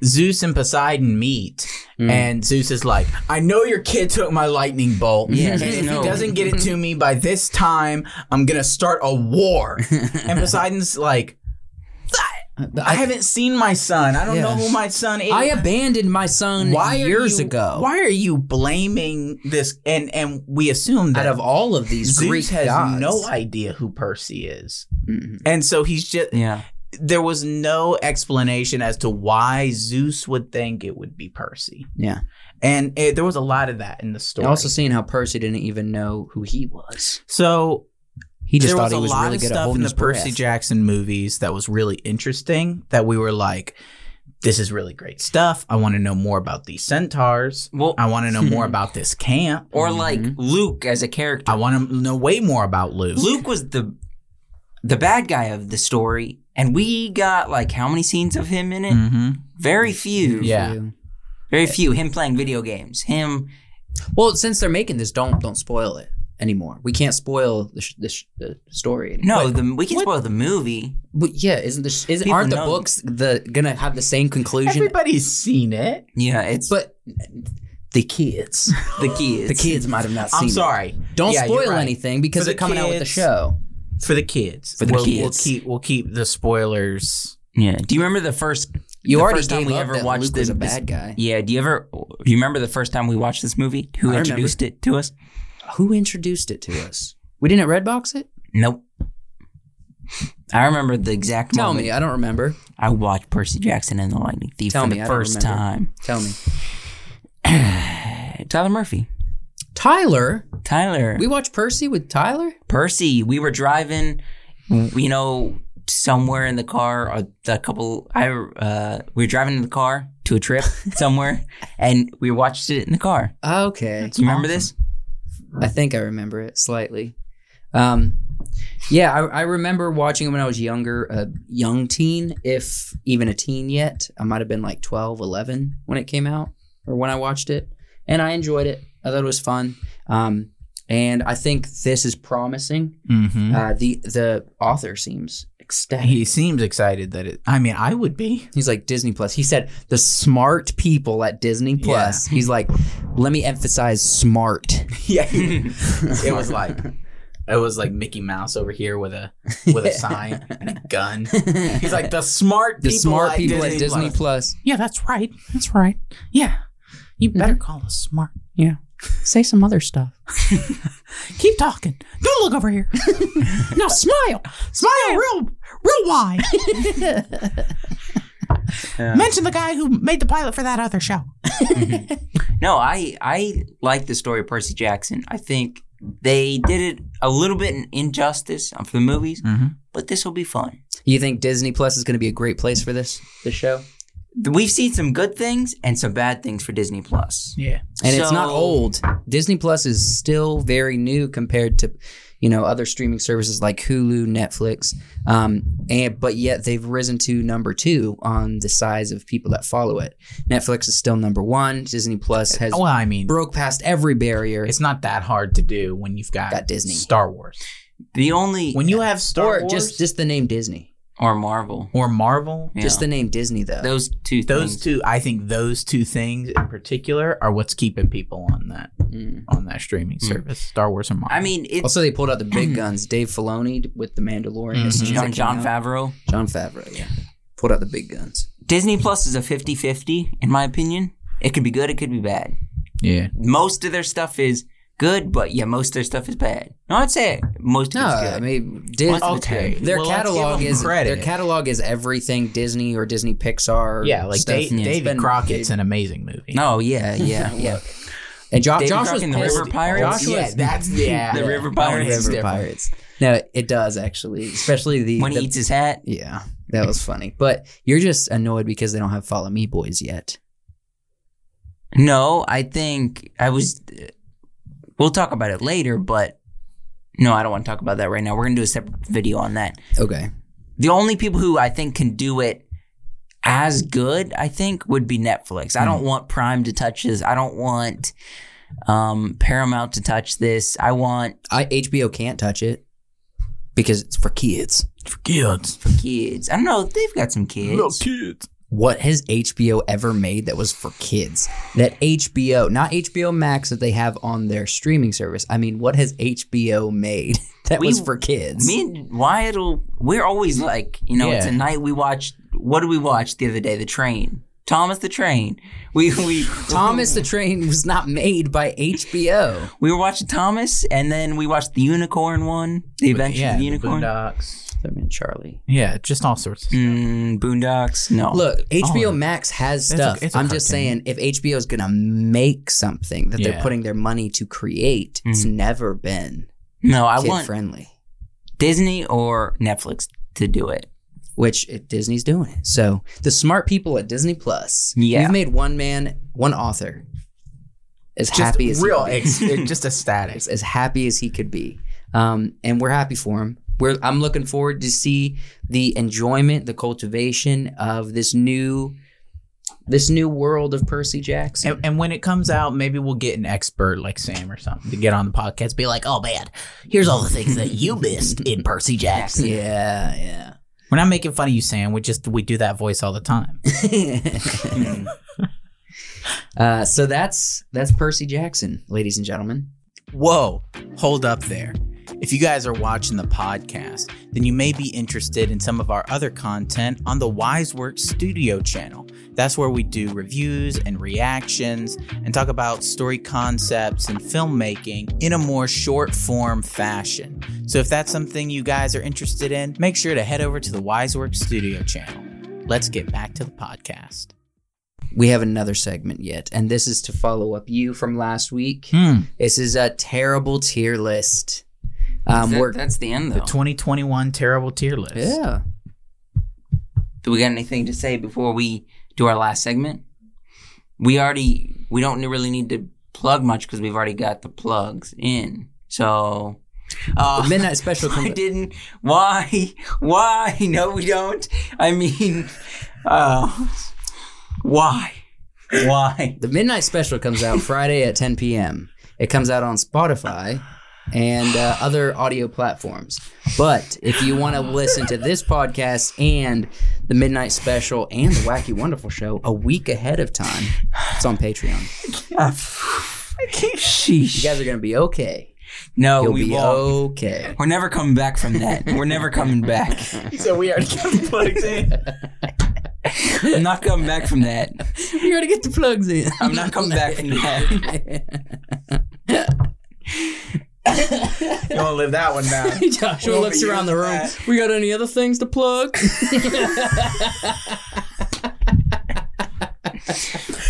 S2: Zeus and Poseidon meet,
S1: Mm.
S2: and Zeus is like, "I know your kid took my lightning bolt,
S3: Yeah,
S2: and
S3: there's
S2: if
S3: no-
S2: he doesn't get it to me by this time, I'm gonna start a war." and Poseidon's like. I haven't seen my son. I don't
S1: Yeah.
S2: know who my son is.
S1: I abandoned my son
S2: why are
S1: years
S2: you-
S1: ago.
S2: Why are you blaming this? And and we assume that
S1: out of all of these
S2: Zeus
S1: Greek
S2: has
S1: gods.
S2: no idea who Percy is,
S1: Mhm.
S2: and so he's just
S3: yeah
S2: there was no explanation as to why Zeus would think it would be Percy.
S1: Yeah.
S2: and it, there was a lot of that in the
S1: And
S2: story.
S1: also seeing how Percy didn't even know who he was.
S2: so
S1: He just
S2: there
S1: thought
S2: was a
S1: he was
S2: lot
S1: really
S2: of
S1: good at
S2: stuff in
S1: holding
S2: the
S1: his breath.
S2: Percy Jackson movies that was really interesting. That we were like, this is really great stuff. I want to know more about these centaurs.
S3: well
S2: I want to know more about this camp.
S3: or like luke as a character
S2: I want to know way more about Luke.
S3: luke was the the bad guy of the story and we got like how many scenes of him in it
S2: Mm-hmm.
S3: very few
S2: Yeah.
S3: very few him playing video games him
S1: Well, since they're making this, don't don't spoil it anymore. We can't spoil the sh- the, sh- the story. anymore.
S3: no the we can spoil the movie
S1: But yeah, isn't this is
S3: People
S1: aren't the
S3: know.
S1: books the gonna have the same conclusion?
S2: Everybody's seen it.
S3: yeah it's
S1: But the kids,
S3: the kids
S1: the kids might have not seen.
S2: I'm
S1: it.
S2: sorry.
S1: Don't
S2: Yeah, you're
S1: spoil
S2: right.
S1: anything because
S2: For the
S1: they're coming out with the
S2: kids.
S1: show.
S2: For the kids.
S3: For the
S2: we'll,
S3: kids.
S2: We'll keep we'll keep the spoilers.
S3: yeah do you remember the first
S1: You
S3: the
S1: already
S3: first time
S1: gave
S3: we
S1: up
S3: ever
S1: that
S3: watched
S1: Luke
S3: the-
S1: was a
S3: this-
S1: bad guy.
S3: Yeah, do you ever do you remember the first time we watched this movie? Who
S1: I
S3: introduced it to us?
S1: Who introduced it to us? We didn't redbox it.
S3: Nope. I remember the exact
S1: Tell
S3: moment
S1: me, I don't remember.
S3: I watched Percy Jackson and the Lightning Thief
S1: Tell
S3: for
S1: me,
S3: the
S1: I don't
S3: first
S1: remember.
S3: time.
S1: Tell me,
S3: Tyler Murphy.
S1: Tyler.
S3: Tyler.
S1: We watched Percy with Tyler.
S3: Percy, we were driving, you know, somewhere in the car, a, a couple, I, uh, we were driving in the car to a trip somewhere, and we watched it in the car.
S1: Okay,
S3: Do you remember this?
S1: I think I remember it slightly. Um, yeah, I, I remember watching it when I was younger, a young teen, if even a teen yet. I might have been like 12, 11 when it came out or when I watched it. And I enjoyed it. I thought it was fun. Um, and I think this is promising.
S2: Mm-hmm.
S1: Uh, the the author seems ecstatic.
S2: He seems excited that it. I mean, I would be.
S1: He's like Disney Plus. He said the smart people at Disney Plus. He's like, let me emphasize smart.
S2: Yeah. it was like it was like Mickey Mouse over here with a with a sign and a gun. He's like the smart
S1: The
S2: people
S1: smart
S2: at
S1: people
S2: Disney
S1: at Disney
S2: Plus."
S1: Plus.
S2: Yeah, that's right. That's right. Yeah. You better call us smart.
S1: Say some other stuff.
S2: Keep talking. Don't look over here. no, smile. Smile real real wide. Mention the guy who made the pilot for that other show.
S3: No, I I like the story of Percy Jackson. I think they did it a little bit in injustice um, for the movies,
S2: Mhm.
S3: but this will be fun.
S1: You think Disney Plus is going to be a great place for this this show?
S3: We've seen some good things and some bad things for Disney Plus.
S2: Yeah.
S1: And it's not
S3: So-
S1: old. Disney Plus is still very new compared to, you know, other streaming services like Hulu, Netflix, um, and but yet they've risen to number two on the size of people that follow it. Netflix is still number one. Disney Plus has
S2: Well, I mean,
S1: broke past every barrier.
S2: it's not that hard to do when you've got,
S1: Got Disney.
S2: Star Wars.
S3: The only
S2: When you have Star
S1: or
S2: Wars,
S1: just just the name Disney.
S3: or Marvel.
S2: or Marvel.
S3: Yeah.
S1: Just the name Disney though.
S3: those two.
S2: Those
S3: things.
S2: two, I think those two things in particular are what's keeping people on that
S1: Mm.
S2: on that streaming service, Star Wars and Marvel.
S3: I mean, it's
S1: Also, they pulled out the big guns. Dave Filoni with the Mandalorian. as soon as
S3: John,
S1: it came
S3: John
S1: out.
S3: Favreau.
S1: John Favreau. Yeah, pulled out the big guns.
S3: Disney Plus is a 50-50 in my opinion. It could be good. It could be bad.
S2: yeah,
S3: Most of their stuff is good, but yeah, most of their stuff is bad. No, I'd say most of
S1: No, uh,
S3: it's good.
S1: I mean Disney.
S2: okay.
S1: Their
S2: Well, let's give
S1: catalog
S2: them
S1: is
S2: credit.
S1: their catalog is everything Disney or Disney Pixar.
S2: yeah, like
S1: stuff.
S2: Dave,
S1: It's
S2: David
S1: been-
S2: Crockett's an amazing movie.
S3: no, yeah, yeah, yeah.
S1: And jo-
S3: David
S1: Josh was
S3: Crockett and the
S1: pissed-
S3: River Pirates?
S1: Josh
S2: yeah,
S1: was
S2: that's yeah,
S3: The River
S1: Oh,
S3: Pirates. is
S1: River
S3: different.
S1: Pirates. No, it does actually, especially the
S3: When he
S1: the-
S3: eats his hat.
S1: Yeah, that was funny. But you're just annoyed because they don't have Follow Me Boys yet.
S3: No, I think I was. We'll talk about it later, but no, I don't want to talk about that right now. We're gonna do a separate video on that.
S1: Okay.
S3: The only people who I think can do it as good, I think, would be Netflix. I don't want Prime to touch this. I don't want um, Paramount to touch this. I want
S1: I HBO can't touch it because it's for kids.
S2: for kids,
S3: for kids. I don't know. They've got some kids.
S2: kids.
S1: What has HBO ever made that was for kids? That HBO, not HBO Max that they have on their streaming service. I mean, what has HBO made that
S3: We-
S1: was for kids?
S3: Me and Wyatt, will, we're always like, you know, it's a
S2: Yeah.
S3: night we watched. What did we watch the other day? The train. Thomas the train. We we
S1: Thomas the Train was not made by HBO.
S3: we were watching Thomas, and then we watched the unicorn one, the Adventure
S2: yeah,
S3: of the Unicorn,
S2: Boondocks.
S1: I mean, Charlie.
S2: Yeah, just all sorts. Of stuff.
S3: Mm, Boondocks. No,
S1: Look, HBO
S2: Oh.
S1: Max has
S2: It's a-
S1: stuff. i
S2: it's a
S1: I'm just saying,
S2: cartoon.
S1: if HBO is gonna make something that they're
S2: Yeah. Mm.
S1: putting their money to create, it's never been
S3: no, I
S1: kid
S3: want
S1: friendly,
S3: Disney or Netflix to do it.
S1: which it, Disney's doing it. So the smart people at Disney Plus,
S3: Yeah.
S1: you've made one man, one author, as happy as he
S2: real,
S1: could be.
S2: ex- just ecstatic.
S1: as, as happy as he could be. Um, and we're happy for him. We're, I'm looking forward to see the enjoyment, the cultivation of this new, this new world of Percy Jackson.
S2: And, and when it comes out, maybe we'll get an expert like Sam or something to get on the podcast. Be like, oh man, here's all the things that you missed in Percy Jackson.
S1: Yeah, yeah.
S2: We're not making fun of you, Sam. We just we do that voice all the time.
S1: uh, so that's that's Percy Jackson, ladies and gentlemen.
S2: Whoa, hold up there. If you guys are watching the podcast, then you may be interested in some of our other content on the Wise Works Studio channel. That's where we do reviews and reactions and talk about story concepts and filmmaking in a more short form fashion. So if that's something you guys are interested in, make sure to head over to the Wise Works Studio channel. Let's get back to the podcast.
S1: We have another segment yet, and this is to follow up you from last week.
S2: Hmm.
S1: This is a terrible tier list. Um,
S3: That-
S1: we're
S3: that's the end
S2: The
S3: though.
S2: 2021 terrible tier list.
S1: yeah.
S3: do we got anything to say before we do our last segment? We already we don't really need to plug much because we've already got the plugs in. So.
S1: The
S3: Uh,
S1: midnight special.
S3: I
S1: comes-
S3: didn't. Why? Why? No, we don't. I mean, uh, why? Why?
S1: the midnight special comes out Friday at 10 p.m. It comes out on Spotify and uh, other audio platforms. But if you want to listen to this podcast and the midnight special and the wacky wonderful show a week ahead of time, it's on Patreon. You
S3: Sheesh.
S1: guys are gonna be okay.
S3: No,
S1: You'll
S3: we
S1: be
S3: won't.
S1: okay.
S3: We're never coming back from that. We're never coming back.
S2: So we already got the plugs in.
S3: I'm not coming back from that.
S1: You gotta get the plugs in.
S3: I'm not coming back from that.
S2: You want to live that one down.
S1: Joshua looks around the room. We got any other things to plug?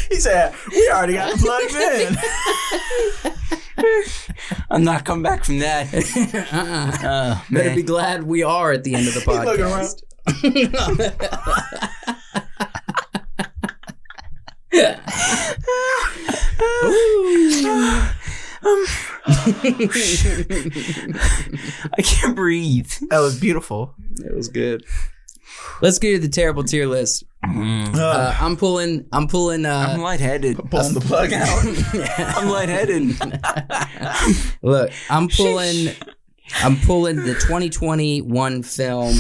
S2: He said, "We already got the plugs in."
S3: I'm not coming back from that.
S1: uh-uh.
S3: Uh,
S1: Better
S3: man.
S1: be glad we are at the end of the
S2: looking
S1: podcast.
S2: around.
S3: I can't breathe.
S2: That was beautiful.
S1: It was good. Let's get to the terrible tier list.
S2: Mm-hmm.
S1: Uh, I'm pulling. I'm pulling.
S3: I'm
S1: Uh,
S3: lightheaded.
S2: Pulling the plug out.
S3: I'm lightheaded.
S1: look, I'm pulling. I'm pulling the 2021 film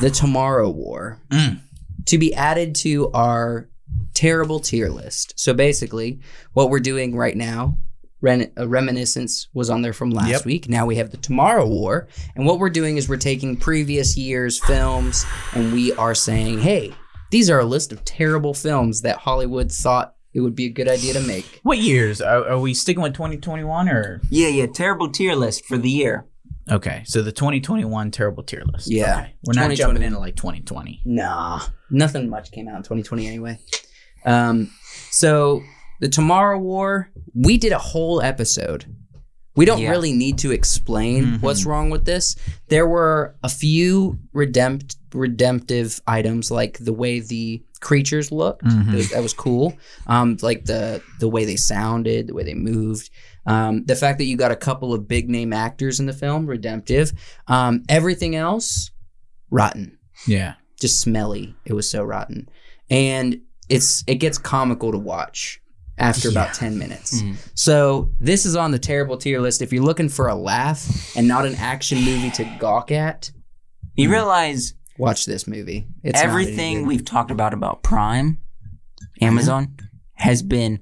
S1: The Tomorrow War
S2: Mm.
S1: to be added to our terrible tier list. So basically, what we're doing right now, Ren- uh, Reminiscence was on there from last
S2: Yep.
S1: week. Now we have the Tomorrow War. And what we're doing is we're taking previous years' films and we are saying, hey, these are a list of terrible films that Hollywood thought it would be a good idea to make.
S2: What years are, are we sticking with? Twenty twenty one or
S3: Yeah, yeah. Terrible tier list for the year.
S2: okay? So the twenty twenty one terrible tier list.
S1: Yeah.
S2: Okay. we're not jumping
S1: 2021.
S2: into like twenty twenty.
S1: Nah, nothing much came out in 2020 anyway. Um, so the Tomorrow War, we did a whole episode. We don't
S3: Yeah.
S1: really need to explain
S2: Mhm.
S1: what's wrong with this. There were a few redempt redemptive items, like the way the creatures looked.
S2: Mhm.
S1: Those- that was cool. Um, like the the way they sounded, the way they moved. Um, the fact that you got a couple of big name actors in the film, redemptive. Um, everything else, rotten
S2: Yeah.
S1: just smelly. It was so rotten, and it's it gets comical to watch after about ten minutes.
S3: Mhm.
S1: So this is on the terrible tier list. If you're looking for a laugh and not an action movie to gawk at,
S3: You realize
S1: watch this movie. It's Hmm. not any
S3: everything
S1: good. Mm-hmm.
S3: we've talked about about Prime, Amazon, has been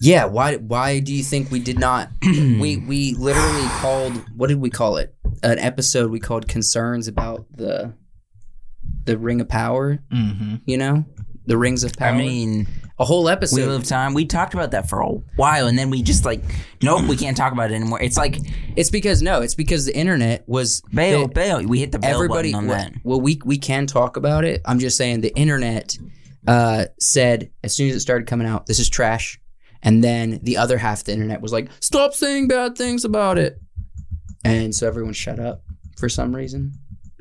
S1: yeah. Why why do you think we did not? we we literally called what did we call it? An episode we called concerns about the the Ring of Power.
S2: Mm-hmm.
S1: You know. The rings of power.
S3: Mm. I mean,
S1: a whole episode.
S3: we live time. We talked about that for a while, and then we just like, nope, we can't talk about it anymore. It's like
S1: It's because no, it's because the internet was
S3: bail,
S1: the-
S3: bail. We hit the bail
S1: everybody.
S3: button on
S1: well,
S3: that.
S1: well, we we can talk about it. I'm just saying the internet uh, said as soon as it started coming out, this is trash, and then the other half of the internet was like, stop saying bad things about it, and so everyone shut up for some reason,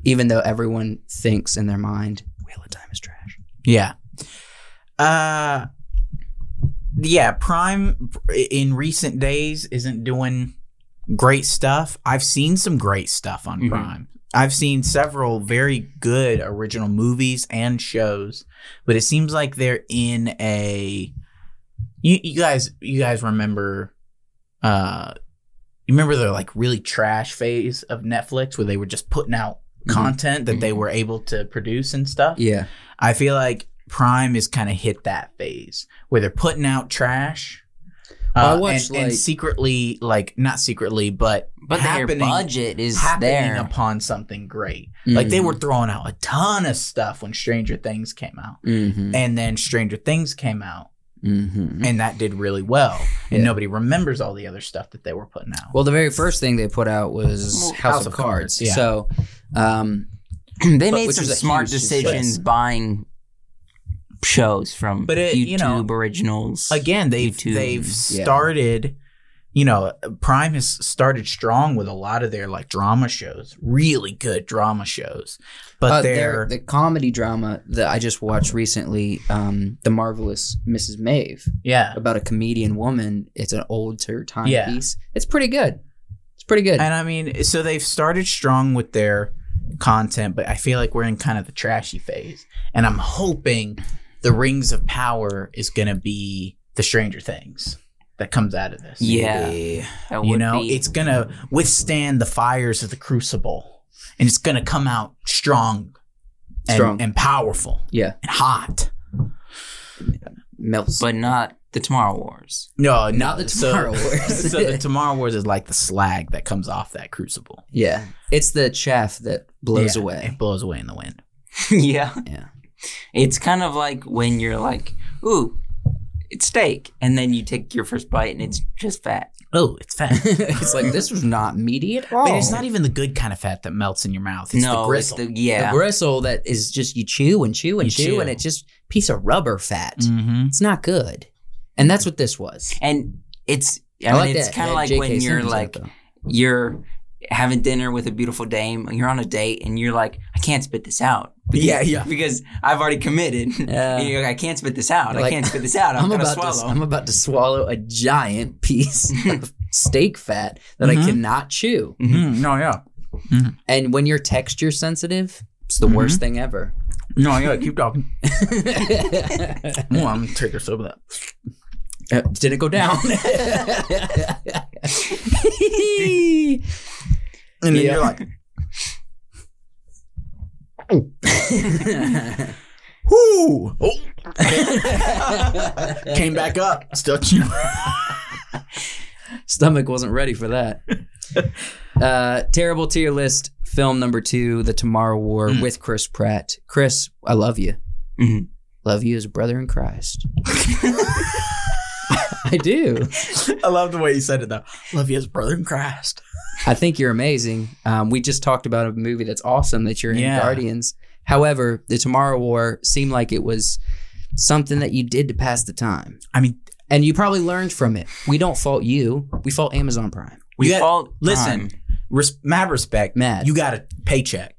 S1: even though everyone thinks in their mind Wheel of Time is trash.
S2: Yeah. Uh yeah, Prime in recent days isn't doing great stuff. I've seen some great stuff on
S3: Mhm.
S2: Prime. I've seen several very good original movies and shows, but it seems like they're in a you, you guys you guys remember uh you remember the like really trash phase of Netflix where they were just putting out
S1: Mhm.
S2: content that they were able to produce and stuff?
S1: Yeah,
S2: I feel like Prime is kind of hit that phase where they're putting out trash.
S1: Well, I
S2: uh,
S1: watched,
S2: and, and
S1: like-
S2: secretly, like not secretly, but
S3: But their
S2: happening-
S3: budget is
S2: happening
S3: there.
S2: upon something great.
S1: Mm-hmm.
S2: Like they were throwing out a ton of stuff when Stranger Things came out,
S1: Mm-hmm.
S2: and then Stranger Things came out,
S1: Mm-hmm.
S2: and that did really well, and
S1: Yeah.
S2: nobody remembers all the other stuff that they were putting out.
S1: Well, the very first thing they put out was
S2: Well,
S1: House, of, Cards.
S2: yeah.
S1: So, um,
S3: they
S1: But
S3: made
S1: which
S3: some
S1: is a
S3: smart
S1: huge
S3: decisions
S1: success.
S3: buying shows from
S2: But it-
S3: YouTube
S2: you know,
S3: originals.
S2: again they've
S3: YouTube.
S2: they've
S1: Yeah.
S2: started you know prime has started strong with a lot of their like drama shows really good drama shows but
S1: Uh,
S2: they're,
S1: their- the comedy drama that I just watched recently, um, The Marvelous Mrs. Maeve,
S2: yeah
S1: about a comedian woman. It's an older time
S2: Yeah.
S1: piece. It's pretty good. It's pretty good.
S2: and i mean so they've started strong with their content but i feel like we're in kind of the trashy phase and i'm hoping the rings of power is going to be the stranger things that comes out of this
S3: yeah, that
S2: you
S3: would
S2: know
S3: be-
S2: it's gonna withstand the fires of the crucible and it's gonna come out strong and,
S1: Strong.
S2: and powerful
S1: yeah,
S2: and hot
S1: melts.
S3: but not the Tomorrow Wars.
S2: no
S1: Not the Tomorrow
S2: so,
S1: Wars.
S2: so the tomorrow wars is like the slag that comes off that crucible
S1: yeah, it's the chaff that blows
S2: Yeah,
S1: away.
S2: it blows away in the wind
S3: yeah.
S1: Yeah.
S3: It's kind of like when you're like, ooh, it's steak. And then you take your first bite and it's just fat.
S2: oh it's fat
S1: it's like this was not meaty at all.
S2: But it's not even the good kind of fat that melts in your mouth. It's
S3: no,
S2: the gristle.
S3: it's the, yeah.
S1: the bristle that is just you chew and chew and
S2: You
S1: chew,
S2: chew.
S1: and it's just piece of rubber fat.
S2: mm-hmm.
S1: It's not good. And that's what this was.
S3: and it's, I,
S1: I,
S3: mean,
S1: like
S3: it's
S1: that.
S3: kind of
S1: that
S3: like
S1: J.K.
S3: when you're
S1: Simmons out
S3: like,
S1: though.
S3: you're having dinner with a beautiful dame, and you're on a date and you're like, I can't spit this out.
S2: Yeah, yeah.
S3: Because I've already committed.
S1: Yeah.
S3: And you're like, I can't spit this out. I
S1: Like,
S3: can't spit this out. I'm,
S1: I'm,
S3: going to
S1: about
S3: swallow. Mm-hmm.
S1: to I'm about to swallow a giant piece of steak fat that
S2: Mhm.
S1: I cannot chew.
S2: Mm-hmm. No, yeah.
S1: And when you're texture sensitive, it's the
S3: Mm-hmm.
S1: worst thing ever.
S2: No, yeah. Keep talking.
S1: Uh,
S2: Oh, I'm gonna take a sip of that.
S1: Didn't Uh, go down.
S2: And then
S1: Yeah.
S2: you're like, Whoo! Oh. Came back up. Still chew.
S1: Stomach wasn't ready for that. Uh, terrible tier list film number two, The Tomorrow War
S2: Mm. Mm-hmm.
S1: with Chris Pratt. Chris, I love you.
S3: Mhm.
S1: Love you as a brother in Christ. I do.
S2: I love the way you said it though. Love you as brother in Christ.
S1: I think you're amazing. Um, we just talked about a movie that's awesome that you're in
S2: Yeah.
S1: Guardians. However, the Tomorrow War seemed like it was something that you did to pass the time.
S2: I mean,
S1: And you probably learned from it. We don't fault you. We fault Amazon Prime.
S3: We
S2: You got-
S3: fault
S2: listen,
S3: time.
S2: res- mad respect.
S1: Mad.
S2: You got a paycheck,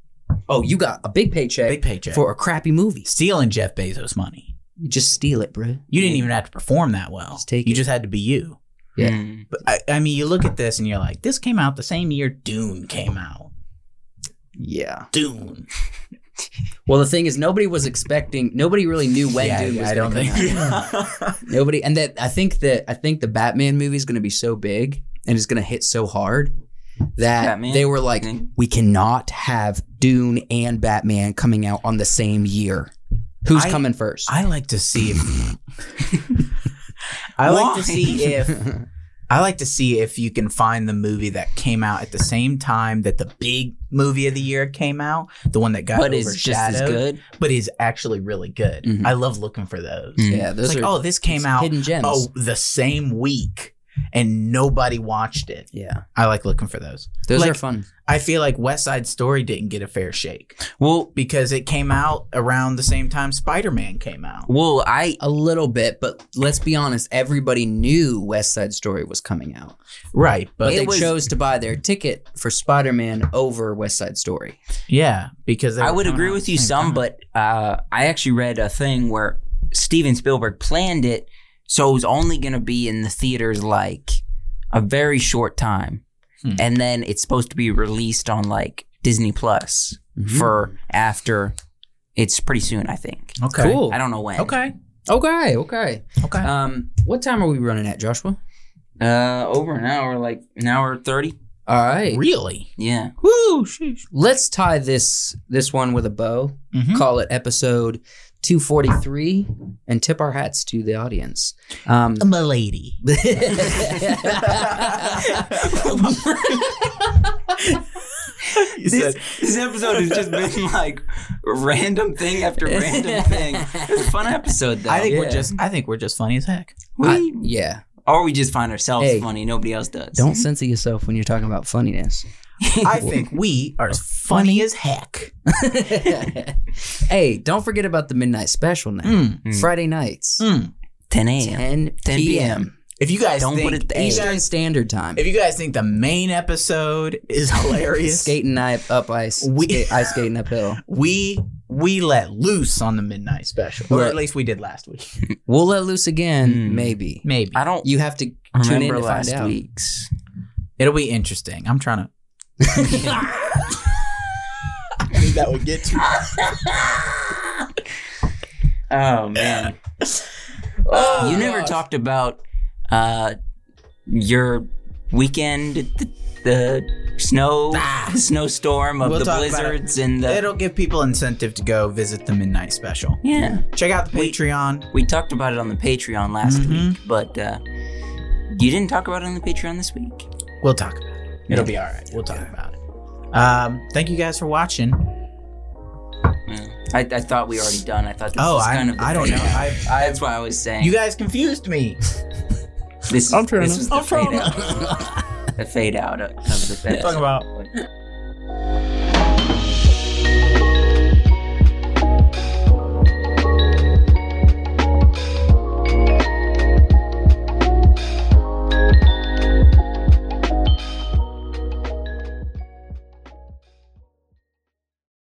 S1: Oh, you got a big paycheck,
S2: big paycheck
S1: for a crappy movie.
S2: stealing Jeff Bezos' money.
S1: You just steal it, bro.
S2: You didn't even have to perform that well.
S1: Just take
S2: you
S1: it.
S2: just had to be you.
S1: Yeah.
S3: Mm.
S2: But I, I mean, you look at this and you're like, this came out the same year Dune came out.
S1: Yeah.
S2: Dune.
S1: Well, the thing is, nobody was expecting. Nobody really knew when
S2: Yeah,
S1: Dune was.
S2: I don't
S1: gonna come
S2: think-
S1: out. nobody, and that I think that I think the Batman movie is going to be so big and it's going to hit so hard that
S3: Batman?
S1: they were like,
S3: Mhm.
S1: we cannot have Dune and Batman coming out on the same year. Who's
S2: I-
S1: coming first?
S2: I like to see if. I like
S3: Why?
S2: to see if I like to see if you can find the movie that came out at the same time that the big movie of the year came out, the one that got
S3: But
S2: overshadowed,
S3: it's just as good.
S2: but is actually really good.
S3: Mhm.
S2: I love looking for those.
S3: Mm.
S1: yeah,
S2: It's
S1: those
S2: like,
S1: are
S2: oh, this came out
S1: hidden gems.
S2: oh the same week and nobody watched it.
S1: yeah,
S2: I like looking for those.
S1: those
S2: Like-
S1: are fun.
S2: I feel like West Side Story didn't get a fair shake
S3: Well,
S2: because it came out around the same time Spider Man came out.
S3: well, I
S1: A little bit, but let's be honest. Everybody knew West Side Story was coming out.
S2: Right, but
S1: but they
S3: was-
S1: chose to buy their ticket for Spider-Man over West Side Story.
S2: yeah, because they
S3: I
S2: were
S3: would
S2: coming
S3: agree
S2: out
S3: with
S2: at
S3: you
S2: the same
S3: some,
S2: time.
S3: but uh, I actually read a thing where Steven Spielberg planned it so it was only going to be in the theaters like a very short time,
S2: Hmm.
S3: and then it's supposed to be released on like Disney Plus
S1: Mm-hmm.
S2: Mm-hmm.
S3: for after. It's pretty soon, I think.
S2: okay,
S1: Cool.
S3: I don't know when.
S2: okay,
S1: Okay, okay.
S2: okay.
S3: Um.
S1: What time are we running at, Joshua?
S3: Uh. Over an hour, like an hour thirty.
S1: All right.
S2: really?
S3: Yeah.
S2: Woo! Sheesh.
S1: Let's tie this this one with a bow.
S2: Mhm.
S1: Call it episode 243 and tip our hats to the audience. Um
S2: Milady. You
S3: This,
S2: said-
S3: this episode has just been like random thing after random thing. It's a fun episode though.
S2: I think
S1: Yeah.
S2: we're just. I think we're just funny as heck.
S1: I-
S3: we,
S1: yeah.
S3: or we just find ourselves
S1: Hey,
S3: funny. Nobody else does.
S1: Don't censor yourself when you're talking about funniness.
S2: I think we are funny as heck.
S1: hey, don't forget about the midnight special now.
S2: Mm.
S3: Mm.
S1: Friday nights.
S2: Mm.
S3: 10 a.m.
S1: 10,
S3: 10
S1: p.m.
S2: If you guys
S3: Don't
S2: think,
S3: put it there.
S2: if you
S1: Eastern
S2: guys,
S1: Standard Time.
S2: if you guys think the main episode is hilarious,
S1: Skating I, up ice,
S2: We-
S1: skate, ice skating uphill.
S2: we we let loose on the midnight special, or
S1: Look.
S2: at least we did last week.
S1: We'll let loose again,
S3: Hmm.
S1: maybe.
S2: Maybe
S3: I don't
S1: You have to tune in
S3: remember
S1: to
S3: last
S1: find out.
S3: week's.
S2: it'll be interesting. I'm trying to. I think that would get to.
S3: Oh man,
S2: Oh,
S3: you never
S2: gosh.
S3: talked about uh, your weekend, the, the snow
S2: Ah.
S3: snowstorm of
S2: We'll
S3: the
S2: talk about it.
S3: blizzards and the
S2: It'll give people incentive to go visit the midnight special.
S3: yeah.
S2: Check out the
S3: We-
S2: Patreon.
S3: We talked about it on the Patreon last
S2: Mhm.
S3: week, but uh, you didn't talk about it on the Patreon this week.
S2: We'll talk about it. It'll be all right. We'll talk about it. Um, thank you guys for watching.
S3: I, I thought we were already done. I thought this
S2: Oh,
S3: was
S2: I,
S3: kind of. the
S2: I don't know.
S3: fade out.
S2: I, I,
S3: That's why I was saying
S2: you guys confused me.
S3: this.
S2: I'm trying
S3: this
S2: to-
S3: was the
S2: I'm
S3: fade
S2: trying
S3: out. the fade out of the
S2: Talking about
S3: best.